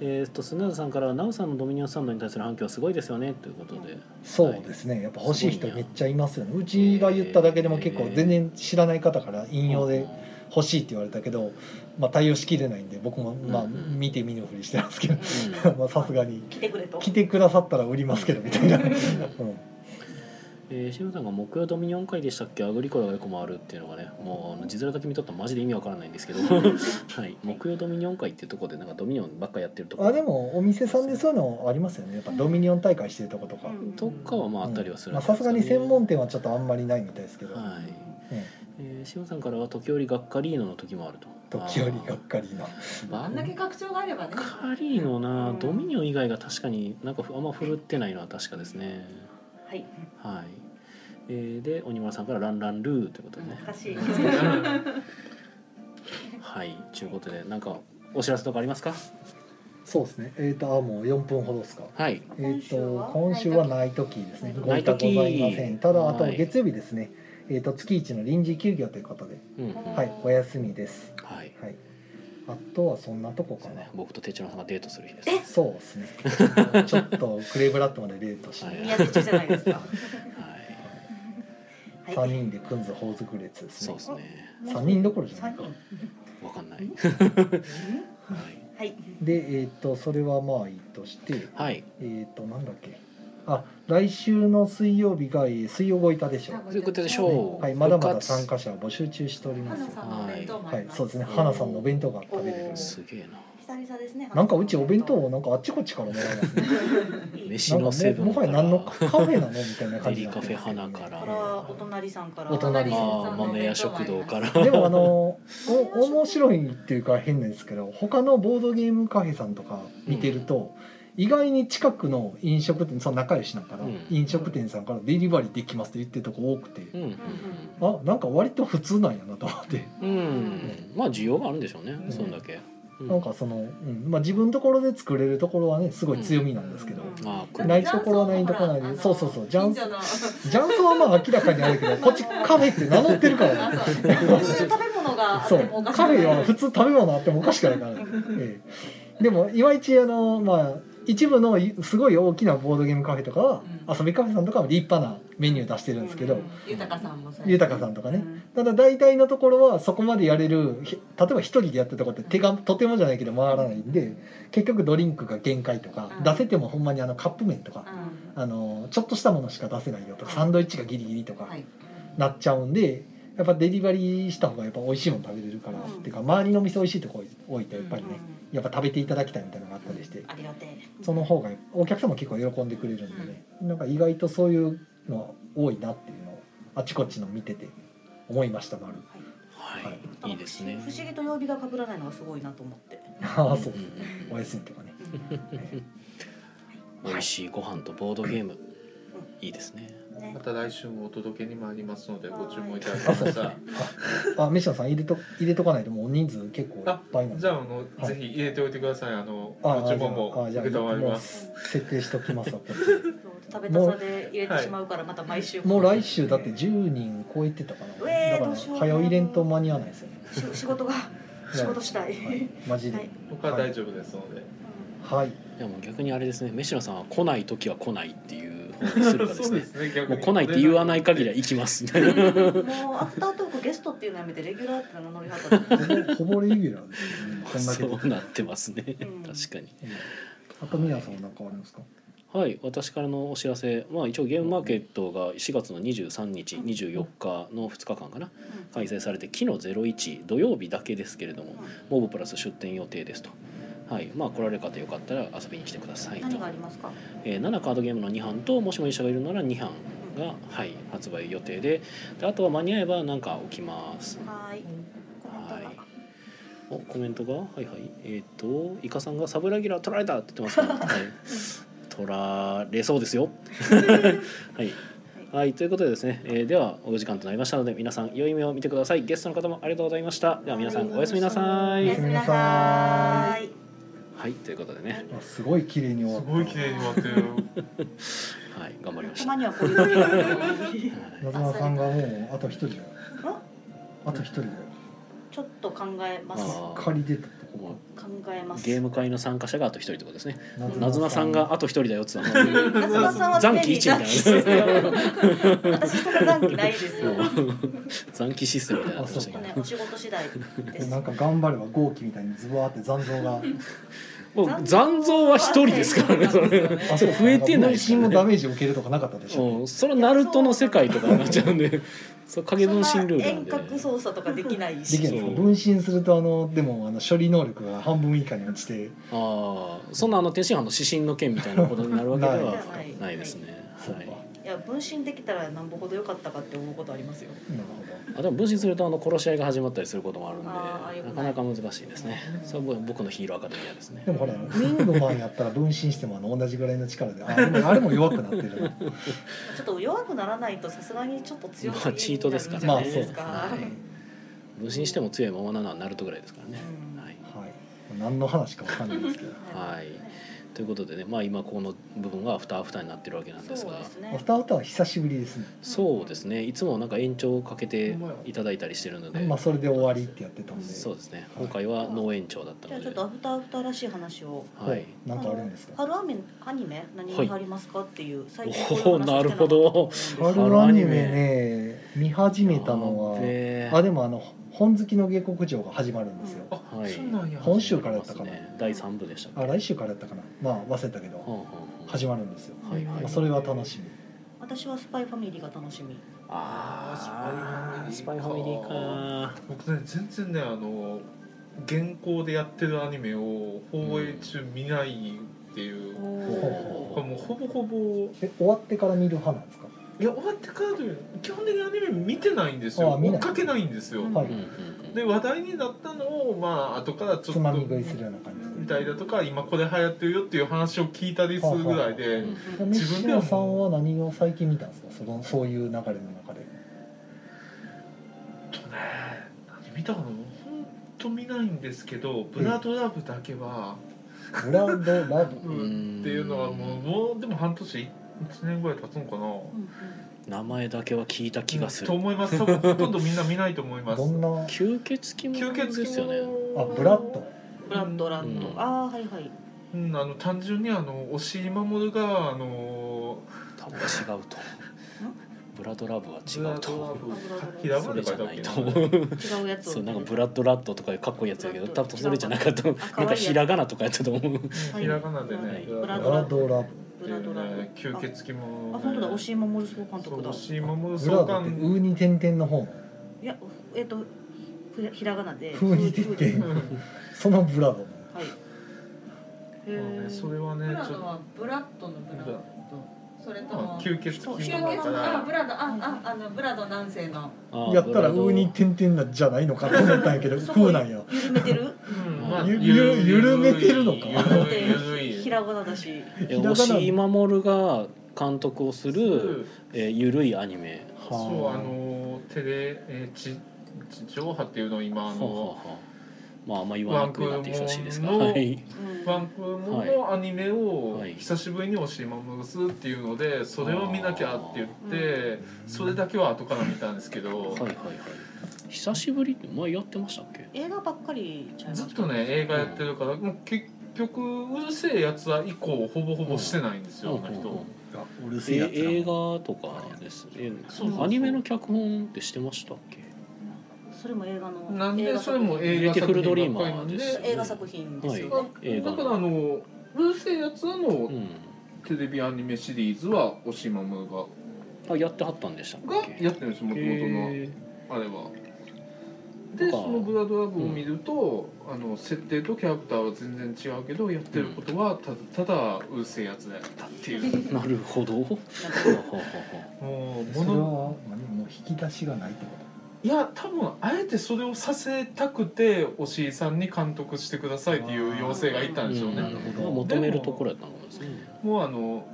S1: えーっと、砂田さんから、ナウさんのドミニオンサンドに対する反響はすごいですよねということで。
S2: そうですねやっぱ欲しい人めっちゃいますよねうちが言っただけでも結構全然知らない方から引用で欲しいって言われたけど、まあ、対応しきれないんで僕もまあ
S1: うんうん
S2: 見て見ぬふりしてますけど
S1: うん。
S2: まあさすがに
S3: 来てくれと
S2: 来てくださったら売りますけどみたいな、うん、
S1: えー、シムさんが木曜ドミニオン会でしたっけアグリコラがよく回るっていうのがねもうあの字面だけ見とったらマジで意味わからないんですけ ど、はい、木曜ドミニオン会っていうところでなんかドミニオンばっかやってるとこ
S2: あでもお店さんでそういうのありますよねやっぱドミニオン大会してるとことか
S3: うん
S1: とかはまああったりはす
S2: うん
S1: る
S2: ま
S1: んで
S2: あ
S1: すよ
S2: さ
S1: ね
S2: すがに専門店はちょっとあんまりないみたいですけど、
S1: はい、
S2: うん
S1: えー、シムさんからは時折がっかりーのの時もあると
S2: 時折
S1: あ
S2: がっかりな
S1: ーば
S5: あ
S1: っ
S5: んだけ拡張があればね。
S1: かりーのな
S3: うん
S1: ドミニオン以外が確かになんかふあんま振るってないのは確かですね
S3: はい
S1: はい、えー、で鬼丸さんから「ランランルー」ということでね
S3: 懐かしい
S1: はいということでなんかお知らせとかありますか
S2: そうですねえっ、とあもう4分ほどですか
S1: はい
S2: えー、と今
S3: 今
S2: 週
S3: 週
S2: は
S3: は
S2: ない時ですね。ご
S1: ない
S2: 意見
S1: 時
S2: ございません。ただあと
S1: はい
S2: 月曜日ですね。えー、と月一の臨時休業ということで、
S1: うんうん
S3: は
S2: はいお休みです。
S1: はい
S2: はい。あとはそんなとこか
S1: そう
S2: な
S1: ね。僕と手帳さんがデートする日です。
S2: そうですね。 ちょっとクレーブラッドまでデートし
S1: はい
S2: て、
S3: 宮手町じゃないで すか
S1: はい、
S2: 三人でくんずほおずく列です
S1: そうで。
S2: ね
S1: すね。
S2: 三人どころじゃない
S3: 三人
S1: わかんない。はい。
S3: はい
S2: でえっ、とそれはまあいいとして、
S1: はい。
S2: えっ、となんだっけ。あ来週の水曜日がえー水曜ごいたでしょ
S1: ということでしょう。
S2: はいまだまだ参
S1: 復
S2: 加者を募集中しておりま
S5: 花
S2: す。
S5: さんのお弁当もあ
S2: は
S5: り
S2: い、
S5: ます。
S2: そうですね。花さんのお弁当が食べれる
S3: おー。
S1: 活すげえな。
S3: 久々ですね
S2: なんかうちお弁当をなんかあっちこっちからもらいますね。
S1: 飯
S2: なん
S1: の
S2: か
S1: 成
S2: ね、
S1: 分
S2: もはや何のカフェなのみたいな感じになってます
S1: デリ
S2: よ
S1: カフェ花から
S3: これはお隣さんから
S2: お隣さん
S1: ああ豆屋食堂から。
S2: でもあのお面白いっていうか変なんですけど他のボードゲームカフェさんとか見てると、意外に近くの飲食店その仲良しだから、
S1: うん
S2: 飲食店さんから「デリバリーできます」って言ってるとこ多くて、
S1: うん
S2: あなんか割と普通なんやなと思って、
S1: うんうん。うん。まあ需要があるんでしょうね。そんだけ。う
S2: なん。かその、うんまあ、自分のところで作れるところはねすごい強みなんですけど、
S3: うん
S1: ああ、こ
S2: な
S1: れ
S2: いところはないところはないそうそうそうジャン
S5: 近所の
S2: 雀荘はまあ明らかにあるけどこっちカフェって名乗ってるからね
S5: あそう
S3: 普通食べ物があっ
S2: そ
S3: て
S2: う
S3: もおかしく
S2: カ
S3: な
S2: フ
S3: い
S2: ェは普通食べ物あってもおかしくないから、ええ、でもいまいちあのまあ一部のいすごい大きなボードゲームカフェとかは、
S5: うん
S2: 遊びカフェさんとかは立派なメニュー出してるんですけど、
S3: うん
S5: 豊さんもそうや
S2: 豊さんとかね、
S3: うん
S2: ただ大体のところはそこまでやれるひ例えば一人でやってるとこって手がとてもじゃないけど回らないんで結局ドリンクが限界とか、
S5: うん
S2: 出せてもほんまにあのカップ麺とか、
S5: うん
S2: あのちょっとしたものしか出せないよとかサンドイッチがギリギリとか、
S5: はい
S2: なっちゃうんでやっぱデリバリーした方がやっぱ美味しいもの食べれるから、
S3: うん
S2: っていうか周りの店美味しいとこ置いてやっぱりね、
S3: う
S2: やっぱ食べていただきたいみたいなのがあったりして
S3: んありがてえ
S2: その方がお客様結構喜んでくれるんでね、なんか意外とそういうの多いなっていうのをあちこちの見てて思いました丸
S1: はい。いいですね。
S3: 不思議と曜日が被らないのがすごいなと思って
S2: ああそうです
S1: んん
S2: お休みと かね、ね
S1: 美味しいご飯とボードゲーム。いいですね。
S3: ね
S4: また来週もお届けに参りますのでご注文いただき
S2: あ
S4: ま
S2: そうで
S4: し
S2: すね
S4: た
S2: ああ飯野さん入れと入れとかないともう人数結構いっぱいなん
S4: じ
S2: で
S4: ゃあ
S2: あ
S4: あの、
S2: はい
S4: ぜひ入れておいてくださいあの
S2: あ
S4: ご注文
S2: あ
S4: も
S2: じゃあ
S4: 受けたまり
S2: もう
S4: ます
S2: 設定しときますわこっち
S3: 食べたさで入れてしまうからまた毎 週
S2: もう来週だって10人超えてたかな、
S3: え
S2: だ
S3: ー
S2: か
S3: ど
S2: ら
S3: うしよう
S2: 早入れんと間に合わないですよね
S3: し仕事が仕事したい
S2: はい、マジでは
S3: はいい、
S4: 僕は大丈夫ですの
S1: い
S4: で、
S1: やもう逆にあれですね。飯野さんは来ない時は来ないっていう方にするかで
S4: そ
S1: す
S4: うで
S1: ね。
S4: すね逆に
S1: もう来ないって言わない限りは行きますみたいな。
S3: もうアフタートークゲストっていうのやめてレギュラーって名乗りはっ
S2: ほ
S3: た
S2: ぼほぼレギュラーですよねこ
S1: そう
S2: んだけで
S1: なってますね、
S3: うん
S1: 確かに
S2: あと皆さんなんかありますか
S1: はい、私からのお知らせ、まあ、一応ゲームマーケットが4月の23日24日の2日間かな開催されて昨日01土曜日だけですけれどもモブプラス出店予定ですと、はいまあ、来られる方よかったら遊びに来てくださいと
S3: 何がありますか。
S1: えー7カードゲームの2版ともしも医者がいるなら2版が、はい、発売予定でであとは間に合えば何か置きます
S3: はーい。コメント
S1: はい。おコメント
S3: が
S1: がはいはいえっ、とイカさんがサブラギラ取られたって言 ってますね、はい、取られそうですよはいはい、ということでですね、えーではお時間となりましたので皆さん良い夢を見てくださいゲストの方もありがとうございましたでは皆さんおやすみなさ
S3: お
S1: い
S3: やすみなさーい。
S1: はいということでね、
S2: あすごい綺麗に終わ
S4: す
S2: った
S4: ごい綺麗に終わってる。
S1: はい、頑張りましたた
S3: まにはこういう時があるの に
S2: 謎沢さんがもうあと一人だよ
S3: あ
S2: あと一人だよ
S3: ちょっと考えます。
S1: あ
S3: 考
S1: ー
S2: 借り出たとこ
S3: えます。
S1: ゲーム会の参加者があと一人ってことですね
S2: が
S1: なずなさんがあと一人だよっつったの
S3: 夏場さんは
S1: 残機一みたいな
S3: 常に私そんな残機ないで すよ。ち
S1: 残機システムみたいになってまし
S3: ょったと
S1: け
S3: ね
S1: ど
S3: お仕事次第で
S2: です な。んか頑張れば豪気みたいにズバーって残像 が
S1: もう残像は一人ですからねそれ
S2: あ
S1: そう増えてないし
S2: しのダメージを受けるとかなかったでしょ
S1: うんそれはナルトの世界とかになっちゃうんでそう影分身ルールなん
S3: 遠
S1: でね
S3: 隔操作とかできない
S2: できな
S3: し。
S2: いですか
S1: そう
S2: 分身するとあのでもあの処理能力が半分以下に落ちて
S1: ああそんなあの天津飯の指針の件みたいなことになるわけではないですね
S2: そうか
S1: はい
S3: いや分身できたらなんぼほど良かったかって思うことありますよ。
S2: なる
S1: あでも分身するとあの殺し合いが始まったりすることもあるんで
S3: あーよく
S1: な
S3: な
S1: か
S3: い
S1: なか難しいですねそれは僕のヒーローアカデミアですね
S2: ほどでもほらウィングマンやったら分身してもあの同じぐらいの力であでもあれも弱くなって るな
S3: ちょっと弱くならないとさすがにちょっと強すぎ
S1: まあチートですからね
S3: なるんじゃないですか。
S1: まあそうですね分身しても強いままなのはナルトぐらいですからね
S3: うん
S1: はい
S2: はい何の話かわかんないですけど
S1: はい、ということでね、まあ、今この部分がアフターアフターになってるわけなんです
S3: そう
S1: が
S3: で
S1: そうですす,、
S2: ア
S3: ね
S2: フ。ターアフターは久しぶりですね
S1: ねいつもなんか延長をかけていただいたりしてるので、
S2: まあそれで終わりってやってたんで
S1: そうですね今回はノー延長だった
S3: じゃあ
S1: の
S3: ちょっ
S1: で
S3: とア、フターアフターらしい話を。
S1: はい、
S2: おなんかあるんですか
S3: 春アニメアニメ何にありますかっていう最近こういう
S1: おー
S3: 話してかっ
S1: な
S3: た
S1: るほど
S3: そう
S2: 春アニメね見始めたのは
S1: やべー
S2: あでもあの本好きの下克上が始まるんですよ、
S4: あ、
S1: はい
S4: そうなんや。
S2: 本州からやったかな
S1: ね、第三部でしたっけ
S2: あ来週からやったかなまあ忘れたけ
S1: は
S2: ど
S1: んはんはん
S2: 始まるんですよ、
S1: はいはい
S2: まあ、それは楽しみ
S3: 私はスパイファミリーが楽しみ
S1: あー
S4: あー
S1: スパイファミリーか
S4: 僕ね全然ねあの原稿でやってるアニメを放映中見ないっていう、
S2: お
S4: もうほぼほぼ
S2: え終わってから見る派なんですか
S4: いや終わってからというより基本的にアニメ見てないんですよ
S2: あ見
S4: 追
S2: な
S4: っ
S2: い
S4: かけないんですよ、
S3: うん
S2: はい
S1: うんうんうん
S4: で話題になったのをまあ後からちょっ
S2: つ
S4: と
S2: まみ食いするような感
S4: みたいだとか今これ流行ってるよっていう話を聞いたりするぐらいで、
S1: うん
S2: じ
S4: 自分
S2: 西
S4: では
S2: 野さんは何を最近見たんですかそのそういう流れの中で
S4: ちょっとね何見たかな本当見ないんですけど「ブラドラブ」だけは、
S2: ブランドラブ
S1: ん
S4: うんっていうのはもうもうでも半年1年ぐらい経つのかな
S1: 名前だけは聞いた気がす
S4: と
S1: る
S4: 思います多分ほとんどみんな見ないと思います
S2: どんな
S1: 吸血鬼も
S4: 吸血鬼
S1: ですよね
S2: あブラッド
S3: ブラッドラッド、
S1: うん
S3: ああはいはい
S4: うんあの単純にあのお尻守るがあの
S1: 多分違うとブラドラブは違
S4: ブラ
S1: う
S4: ドラ
S1: と
S4: ブ
S3: 違うと
S4: かきラブ
S1: そ
S4: で
S1: れじ
S4: 書
S1: ゃ
S4: いたっ
S1: ないと
S4: けな
S1: 思う
S3: 違うやつを
S1: そうなんかブラッドラッドとかいうかっこいいやつだけど多分それじゃなかったなん
S3: 可愛い
S1: かひらがなとかやったと思う
S3: はい
S4: ひらがなで
S1: はい
S4: ね
S3: ブラ
S2: ブ
S3: ド
S2: ラドラブ
S3: ブラドラ
S4: ね吸血鬼も、ね、
S3: あ本当だ押井守総監
S4: そ
S3: 督
S4: う
S3: だ
S4: 押井守る
S2: ブラ
S4: 相
S2: ドっ
S4: 関
S2: てウーに点々の方の
S3: いやえっ、とふひらがなで
S2: ふうに出て
S3: ふうに
S4: うん
S2: そのブラド
S3: はいへ
S4: まあね
S3: え
S4: それは
S5: ブ
S4: ね
S5: ラ
S4: ちょっ
S5: ド
S4: と
S5: はブラッドのブラッドそれと
S4: ま
S5: も
S4: あ
S5: 吸
S4: 吸血
S5: 血
S4: 鬼
S5: 鬼
S4: だか
S5: あ
S4: ら
S5: ブラドあああのブラド南西の
S1: あ
S2: や
S1: ブ
S2: ったら
S1: ラ
S2: ウ
S1: ド
S2: ーに点々なんじゃないのかと思ったんやけど
S3: そ
S2: ふ
S3: こ
S2: うなんや
S3: 緩めてる
S4: うんまあ
S2: ゆ
S4: ゆる
S2: ゆ緩めてるのか
S4: ゆ
S3: だっ
S4: るいゆる
S3: て
S4: い
S3: ひらがなだし
S1: いや
S2: ひらがな
S1: 押井守が監督をする、えー、ゆるいアニメ
S4: そうあのテレ、えー、地地上波っていうのを今あ
S1: はあ
S4: の
S1: はあはあまああんま言わなくなってきたらしいですが
S4: ワンクール
S1: は
S4: の
S1: い
S3: うん
S4: ワンクーモのアニメを
S1: はい
S4: 久しぶりに押し守すっていうのでそれを見なきゃって言ってそれだけは後から見たんですけど
S1: はいはいはい久しぶりって前やってましたっけ
S3: 映画ばっかりちゃいま
S4: ず
S3: す
S4: っとね映画やってるからもう結局うるせえやつは以降ほぼほぼしてないんですよあの人
S2: うるせえや
S1: え
S2: つら
S1: 映画とかですえ
S4: そうそうそう
S1: アニメの脚本ってしてましたっけ
S3: それも映画の
S4: なん
S3: 映
S4: で
S3: 画
S4: そ
S3: 作
S4: れ
S3: 品
S4: も映画作品ばっか
S1: ビュ
S4: りなん
S1: ーティフルドリーマーです
S4: で
S3: 映画作品ですよ、
S1: はい映画
S4: だからあのうるせえやつはも
S1: う
S4: う
S1: ん
S4: テレビアニメシリーズはおしまむが
S1: あやってはったんでしたっ
S4: が
S1: け
S4: やってるんですもともとの
S1: へ
S4: あれは。で
S1: なんか
S4: その「ブラドラブ」を見ると、あの設定とキャラクターは全然違うけどやってることはただただうるせえやつだったっていう
S1: ーなるほどほうほうほうほう
S4: もう
S2: それ
S4: も
S2: は
S4: の
S2: もう引き出しがないってこ
S4: いや多分あえてそれをさせたくて押井さんに監督してくださいっていう要請がいったんでしょう
S1: うんな
S4: ね
S1: るほ
S2: で
S1: ど
S2: も
S1: 求めるところやったのかもですね
S4: もうあの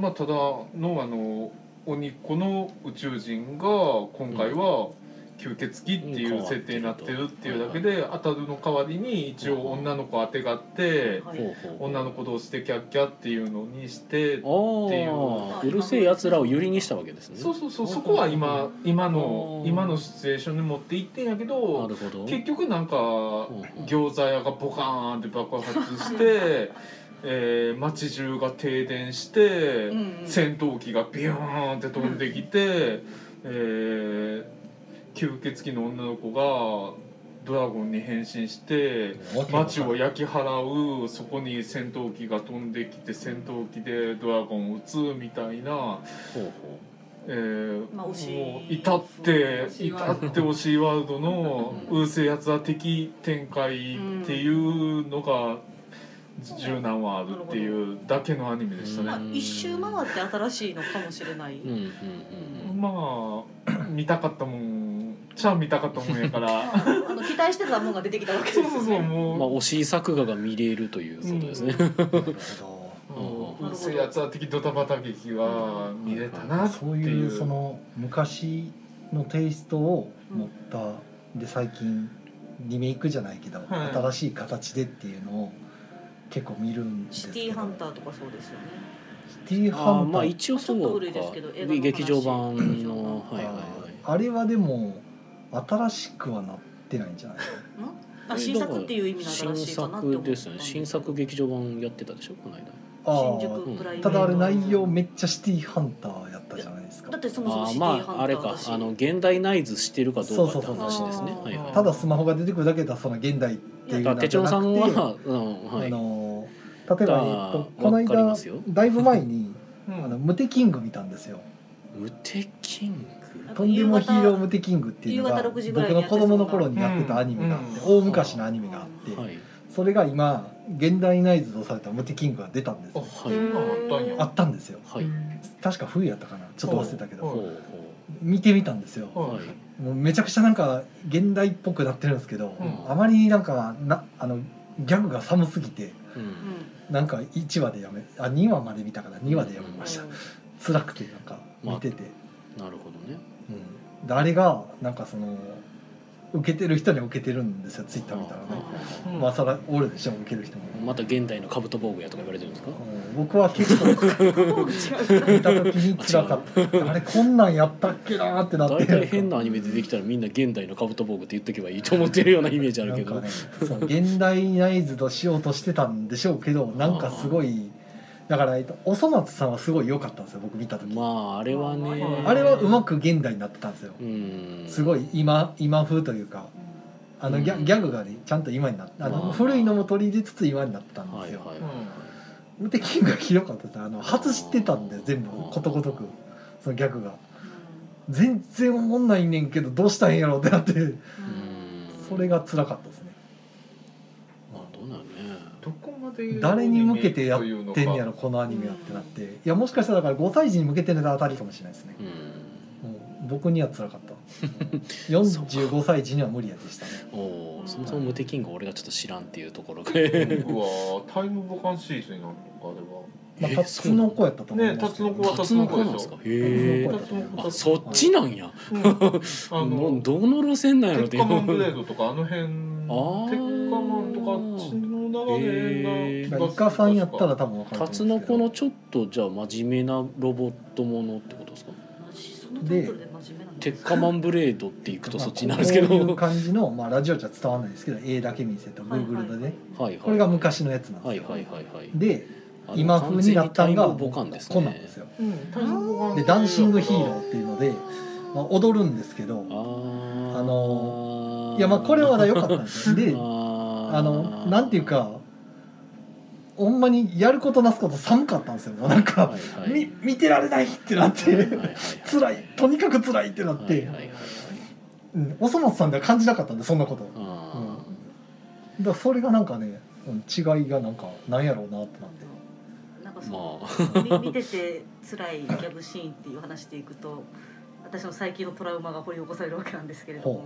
S4: まあただのあの鬼子の宇宙人が今回は吸血鬼っていう設定になってるっていうだけで当たるの代わりに一応女の子あてがって
S3: は
S1: ほ
S3: いう
S1: ほう
S4: 女の子同士でキャッキャっていうのにしてってい
S1: ああうるせえやつらをユリにしたわけですね
S4: そうそうそうそこは今今の
S1: うん
S4: 今のシチュエーションに持っていってんやけ
S1: な
S4: ど
S1: るほど
S4: 結局なんか
S1: ん
S4: 餃子屋がボカーンって爆発して、えー街中が停電して。
S3: うんうん
S4: 戦闘機がビューンって飛んできて、えー吸血鬼の女の子がドラゴンに変身して
S2: と
S4: 街を焼き払うそこに戦闘機が飛んできて戦闘機でドラゴンを撃つみたいな、
S1: ほうほ
S4: えー
S3: まあ推し
S4: もう至って
S5: 推しワ
S4: 至
S5: ー
S4: っ
S5: ルド
S4: て推しワールドの「うるせえやつは敵展開」っていうのが柔軟はあるっていうだけのアニメでしたね
S3: まあ。一周回って新しいのかもしれない。
S1: ううんうんうんうん
S4: まあ見たかったもんちゃあ見たかったもんやから
S3: あの期待してたものが出てきたわけです
S4: そ
S3: よ
S4: う
S3: ね。
S4: そうそう
S1: まあ
S4: もう、
S1: 推し作画が見れるということですね、
S2: なるほ
S4: も
S1: うん
S4: ううるせえやつは的ドタバタ劇が見れたな
S2: ど
S4: って
S2: そう
S4: い
S2: いううその昔のテイストを持った、で最近リメイクじゃないけど、
S4: はい
S2: 新しい形でっていうのを結構見るんです
S3: シ
S2: けど
S3: ティハンターとかそうですよね。
S2: シティ
S1: あ
S2: ハ
S1: あ
S2: ンタ
S1: まあ
S2: ー
S1: 一応そう
S3: ちょっと
S1: か
S3: 古いですけど映画の話
S1: 劇場版のはいはいは
S2: あれはでも新しくはなってない んじゃない
S3: あ
S1: い
S3: 新作っていう意味の新しいかなって思
S1: 新作
S3: ったん
S1: ですよね新作劇場版やってたでしょこの間
S2: の
S3: 新宿プライベー
S2: た
S3: ト
S2: だあれ内容めっちゃシティハンターやったじゃないですか
S3: だってそもそも
S1: あ
S3: シ
S1: あ
S3: ティハン
S1: ま
S3: ター
S1: ああれか
S3: だし
S1: あの現代ナイズしてるかどうかって話ですね
S3: そうそうそう
S1: はいはい
S2: ただスマホが出てくるだけだその現代ってい
S1: だ
S2: う
S1: から
S2: の
S1: 手
S2: じゃ
S1: 帳
S2: な
S1: さん
S2: くて
S1: は、うんは
S2: あ
S1: い、
S2: の例えば、えっと、こ
S1: わ
S2: の
S1: かり
S2: 間
S1: ますよ
S2: だいぶ前に
S4: う
S2: 「あ
S4: ん
S2: のムテキング」見たんですよ
S1: 無敵キング
S2: 「とんでもヒーロームテキング」っていうのが
S3: 夕方
S2: 僕
S3: 6時ぐらいに
S2: の
S3: やってそ
S2: 子
S3: うな
S2: 供の頃にやってたアニメがあって、
S4: う
S2: 大昔のアニメがあって、
S1: はい
S2: それが今現代ナイズドされた「ムテキング」が出たんです
S4: あ
S2: よ
S4: そんなんあったんや
S2: あったんですよ
S1: はい
S2: 確か冬やったかなちょっと忘れたけ
S4: うん
S2: ど
S1: ほう
S2: 見てみたんですよ
S1: ほうはい
S2: もうめちゃくちゃなんか現代っぽくなってるんですけど、
S4: うん
S2: あまりになんかなあのギャグが寒すぎて
S1: う
S3: うん
S1: ん
S2: なんか1話でやめあ2話まで見たから2話でやめました、辛くてなんか見てて、
S1: なるほどね
S2: うん、であれがなんかその受けてる人には受けてるんですよツイッター見たらね、
S1: はい
S4: うん
S2: まあそら俺でしょ受ける人も、
S1: また現代のカブト防具やとか言われてるんですか
S2: うん僕は結構見た時に辛かったあれこんなんやったっけなーってなって
S1: 大体変なアニメ出てきたらみんな現代のカブト防具って言っとけばいいと思ってるようなイメージある
S2: な
S1: け
S2: ん
S1: ど、
S2: かね、そう現代ナイズとしようとしてたんでしょうけどなんかすごいだから、えっと、おそ松さんはすごい良かったんですよ僕見た時、
S1: まああれはね
S2: あれはうまく現代になってたんですよ
S1: うん
S2: すごい今今風というかあのギャ,、
S1: うん
S2: ギャグがねちゃんと今になってあの、
S1: まあ
S2: 古いのも取り入れつつ今になってたんで
S1: は
S2: す
S1: い
S2: よ、
S1: はい
S2: 無敵がひどかったですあの外してたんで全部ことごとくそのギャグが全然おもんないねんけどどうしたんやろうってなって
S1: うん
S2: それが辛かったですね
S1: まあどうなるね
S4: どこまで
S2: 誰に向けてやっ
S4: リメイクと
S2: て
S4: いうんの
S2: や
S4: か
S2: ろこのアニメはってなっていやもしかしたらだから5歳児に向けてのあたりかもしれないですね
S1: うん
S2: もう僕には辛かった 45歳児には無理やでしたね
S1: おーそもそも無敵キング俺がちょっと知らんっていうところ が
S4: 僕はタイムボカンシーズンになるのか
S2: まあ
S1: え
S2: タツノコやったと思い
S4: ね
S2: ま
S4: タ
S2: すけ
S4: ツ
S2: ど
S4: ノコはタ
S1: タ
S4: ツ
S1: ツ
S4: ノ
S1: ノ
S4: コ
S1: コ
S4: で
S1: なんで
S4: しょ
S1: すかへえ
S2: タツノコ
S1: あそっちなんや
S4: あれは、うん、あ
S1: の
S4: の
S1: どの路線なんやろ
S4: 鉄
S1: って
S4: 火マンブレードとかあの辺
S1: ー
S4: 鉄火マンとかあっちの流れな気がする
S2: まあイカさんやったら多分分かる
S1: タ
S2: と
S1: ツ
S2: 思う
S1: ノ
S2: んですけど
S1: コのちょっとじゃあ真面目なロボットものってことですか
S3: そのタイトルで真面目なの。
S1: 鉄火マンブレードっていくとそっちになるんですけど
S2: まあこういう感じの、まあ、ラジオじゃ伝わらないですけど絵だけ見せた Google でね、
S1: はいはい
S2: これが昔のやつなんです
S1: はい
S2: よ、
S1: はいはいはい
S2: で
S1: あの
S2: 今風になった
S1: 完全
S2: のが
S1: にタイムボカンですね
S2: こんなんですよ
S4: うんタイムボカン
S2: で「ダンシングヒーロー」っていうので、まあ、踊るんですけど
S1: あ
S2: あのいやまあこれはまだ良かったんですよで
S1: あ
S2: あのなんていうかほんまにやることなすこと寒かったんですよもうなんか、
S1: はいはい
S2: み見てられないってなって、
S1: はいはい
S2: 辛いとにかく辛いってなっ
S1: はい
S2: て、
S1: はいはいはい
S2: うん、おそ松さんでは感じなかったんでそんなことだか
S1: あ
S2: らそれがなんかね、うん、違いがなんかなんやろうなってなって
S3: なんか
S1: ー
S3: その、
S1: まあ
S3: み 見てて辛いギャグシーンっていう話でいくと私の最近のトラウマが掘り起こされるわけなんですけれど
S2: ほ
S3: も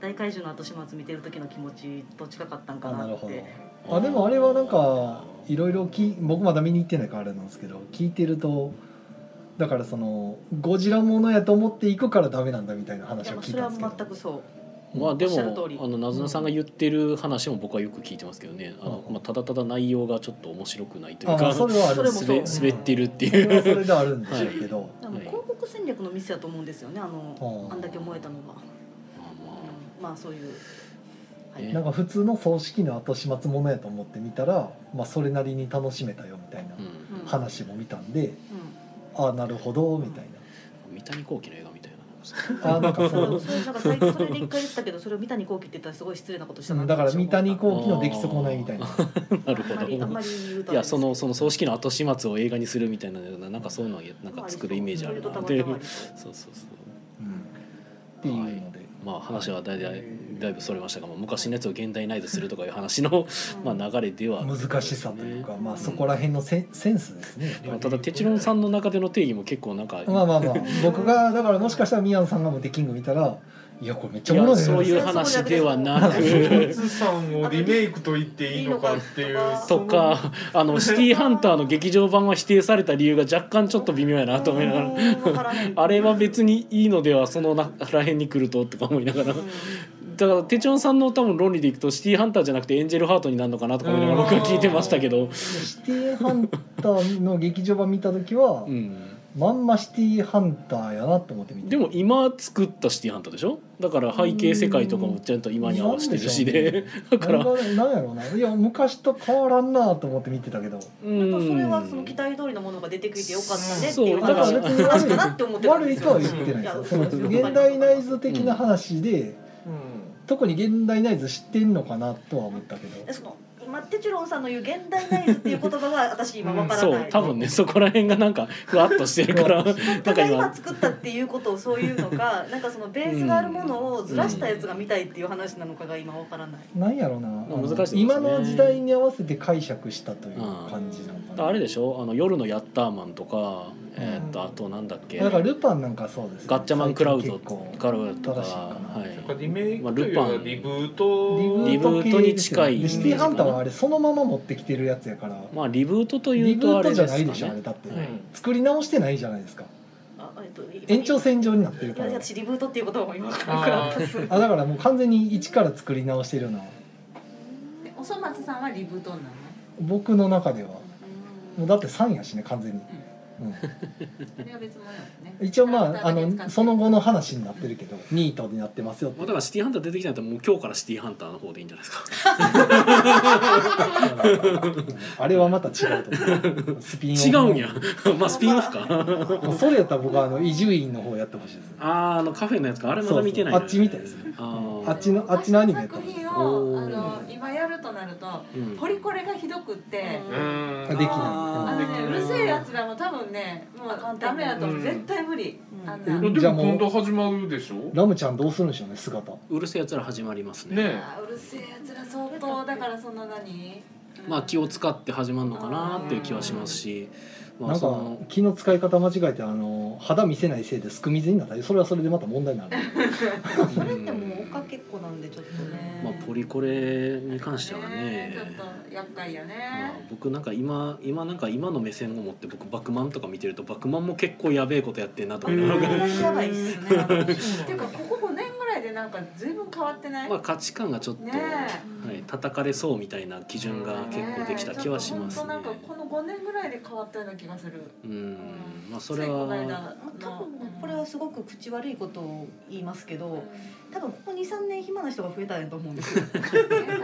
S3: 大怪獣の後始末見てる時の気持ちと近かったんか
S2: あな
S3: な
S2: る
S3: っ
S2: ほ
S3: て
S2: どあでもあれはなんかいろいろき僕まだ見に行ってないからあれなんですけど聞いてるとだからそのゴジラものやと思って行くからダメなんだみたいない話
S3: や
S2: を
S3: もう
S2: 聞い
S3: それ
S2: た
S3: は
S2: んですけど
S3: 全くそう
S1: まあでも
S3: おっしゃる通り
S1: あのなずなさんが言ってる話も僕はよく聞いてますけどねあの、
S2: うん
S1: まあ、ただただ内容がちょっと面白くないという
S2: あ
S1: か
S2: それはある
S3: そ
S2: ん
S3: れ
S2: で
S3: も
S2: す
S3: そう
S1: 滑滑ってるって
S2: それ
S1: い。
S2: はそうれではあるんでしょうけど、
S3: でも
S1: はい
S3: 広告戦略のミスやと思うんですよねあの
S2: はあ
S3: あんだけ燃えたのは、うん、まあそういう、はい
S1: ね
S2: なんか普通の葬式の後始末ものやと思ってみたら、まあ、それなりに楽しめたよみたいな
S1: うん
S3: うん
S2: 話も見たんで、
S3: う
S2: ああなるほどみたい
S1: 三谷幸喜の映画みたいな。
S2: なあーなんか
S3: ん、それ
S2: そ
S3: を
S2: う
S3: それなんか最近それで一回言ったけどそれを三谷幸喜って言ったらすごい失礼なことしたな
S2: だから三谷
S3: 幸
S2: 幸喜の出来損ないみたいな
S1: なるほ
S3: あんまりあんま
S1: ど。
S3: り言うと
S1: い
S3: あれ
S1: や
S3: です
S1: そ
S3: けど
S1: のその葬式の後始末を映画にするみたいななんかそういうのをなんか作るイメージあるな
S3: そう
S1: っ
S3: い
S1: て
S3: うことは
S1: そうそうそう
S2: うんっていうので、
S1: まあ話はだいだいだいぶそれましたが、まあ、昔のやつを現代ナイズするとかいう話の、 まあ、流れでは
S2: 難しさというか、まあ、そこら辺のセンセンスですね。
S1: まあただテチロンさんの中での定義も結構なんか、
S2: まあまあまあ僕がだからもしかしたら宮野さんがもうデキング見たらいやこれめっちゃ
S1: い
S2: おもろ
S1: や
S2: い
S1: そういう
S2: ね
S1: 話ではな
S4: おそ
S1: く。
S4: 松さんをリメイクと言っていいのかっていう
S1: とかあのシティーハンターの劇場版は否定された理由が若干ちょっと微妙やなと思いながら
S3: うんわからない
S1: あれは別にいいのではそのならへんに来るととか思いながらだからテチョンさんの多分論理でいくとシティーハンターじゃなくてエンジェルハートになるのかなとか思いながら僕は聞いてましたけど
S2: シティハンターの劇場版見た時は、
S1: うん
S2: まんまシティハンターやなと思って見て
S1: でも今作ったシティーハンターでしょだから背景世界とかもちゃんと今に合わせてるしでだから
S2: なんかなんやろうないや昔と変わらんなと思って見てたけど
S1: うん
S3: まあそれはその期待通りのものが出てくれてよかったねってい
S1: そううだから
S3: 話
S2: 別に
S3: 話かなって思ってたん
S2: 悪
S3: で
S2: い
S3: す
S2: とは
S3: よ
S2: 言ってないです
S3: い
S2: よ
S3: や
S2: その
S3: そう
S2: 現代ナイズ的な話で
S4: うん
S2: 特に現代ナイズ知ってんのかなとは思ったけど
S3: そのマッテチュロンさんの言う現代ナイズっていう言葉は私今わから
S1: そ
S3: な
S1: う
S3: い
S1: 多分ね そこら辺がなんかふわっとしてるからなん
S3: た
S1: か
S3: だ
S1: 今
S3: 今作ったっていうことをそういうのかなんかそのベースがあるものをずらしたやつが見たいっていう話なのかが今わからない、
S2: なんやろうな、あの
S1: 難しいですね
S2: 今の時代に合わせて解釈したという感じなのかな、
S1: あれでしょあの夜のヤッターマンとか、えーっとあとなんだっけ
S2: だからルパンなんかそうですね、
S1: ガッチャマンクラウド
S2: 最近結
S1: カルとか
S2: 新しいかな
S1: は
S4: リメイ
S1: まあ
S4: クとい
S1: ル
S4: う
S1: パン
S4: よりはリブート
S2: 構
S1: リブートに近い
S2: リブート系ですよねでシティハンターはあれそのまま持ってきてるやつやから、
S1: いまあリブートとい
S2: リ
S1: う
S2: ブ
S1: とあ
S2: ート
S1: れ
S2: じゃ
S1: で
S2: ない
S1: す
S2: でしょ
S1: か
S2: あれ
S1: ね
S2: だって、
S1: はい
S2: 作り直してないじゃないですか
S3: あえっと
S2: 延長線上になってる
S3: い
S2: か
S3: や
S2: ら
S3: いや私リブートっていう言葉も今から分からんです
S2: あだからもう完全に一から作り直してるような
S5: でおそ松さんはリブートなの
S2: 僕の中ではもうだって3やしね完全に、
S5: それは別物よね
S2: うん、一応まああ
S5: キャラク
S2: の
S5: ターだけ使って
S2: その後の話になってるけどニートになってますよっ
S1: まあ、
S2: て
S1: だからシティーハンター出てきたんだったらもう今日からシティーハンターの方でいいんじゃないですか
S2: あれはまた違うと 思うスピンオフ
S1: 違うんやまあスピンオフ か
S2: それやったら僕はあの伊集院の方やってほしいですね
S1: あーあのカフェのやつかあれまだ見てないな
S2: そうそうあっち見たやつね
S1: あー
S2: あっちのあっちのアニメやった
S5: 作
S2: んですよ
S5: 品を
S1: お
S5: あ
S1: ー
S5: の今やるとなると
S1: うん
S5: ポリコレがひどくって、
S3: うん
S4: うん
S2: できない
S1: あ
S5: あのね
S4: うん
S5: うるせえやつらも多分ねもうダメだと思う、
S4: うん
S5: 絶対無理、
S3: うん
S5: あん
S4: で
S5: な、
S4: も
S2: じゃあもう
S4: 今度始まるでしょ
S2: ラムちゃんどうするんでしょうね姿
S1: うるせえやつら始まりますね
S4: ね
S5: あうるせえやつら相当だからその何、うん
S1: まあ気を使って始まるのかなっていう気はしますし、ま
S2: な
S1: あ、
S2: ん
S1: そ
S2: か
S1: の
S2: 気の使い方間違えてあの肌見せないせいですくみずになったりそれはそれでまた問題になる
S3: それってもう追っかけっこなんでちょっとね、
S1: まあ、ポリコレに関してはね
S5: ちょっと厄介や
S1: まあ
S5: ね、
S1: 僕なんか今今なんか今の目線を持って僕バクマンとか見てるとバクマンも結構やべえことやってんなと 思いながら
S3: 同じやばいっすね
S5: っていうかここ5年ぐらいでなんか随分変わってない、
S1: まあ価値観がちょっと、
S5: ね
S3: え
S1: はい叩かれそうみたいな基準が結構できた気はします
S5: ね
S1: ね
S5: えちょっと本当なんかこの5年ぐらいで変わったような気がする
S1: うん
S5: う
S1: まあそれは
S5: ついこの間
S3: まあ多
S5: の
S3: 分これはすごく口悪いことを言いますけ
S5: うん
S3: ど多分ここ23年暇な人が増えたんやと思うんですよ
S5: ね確かに
S1: うん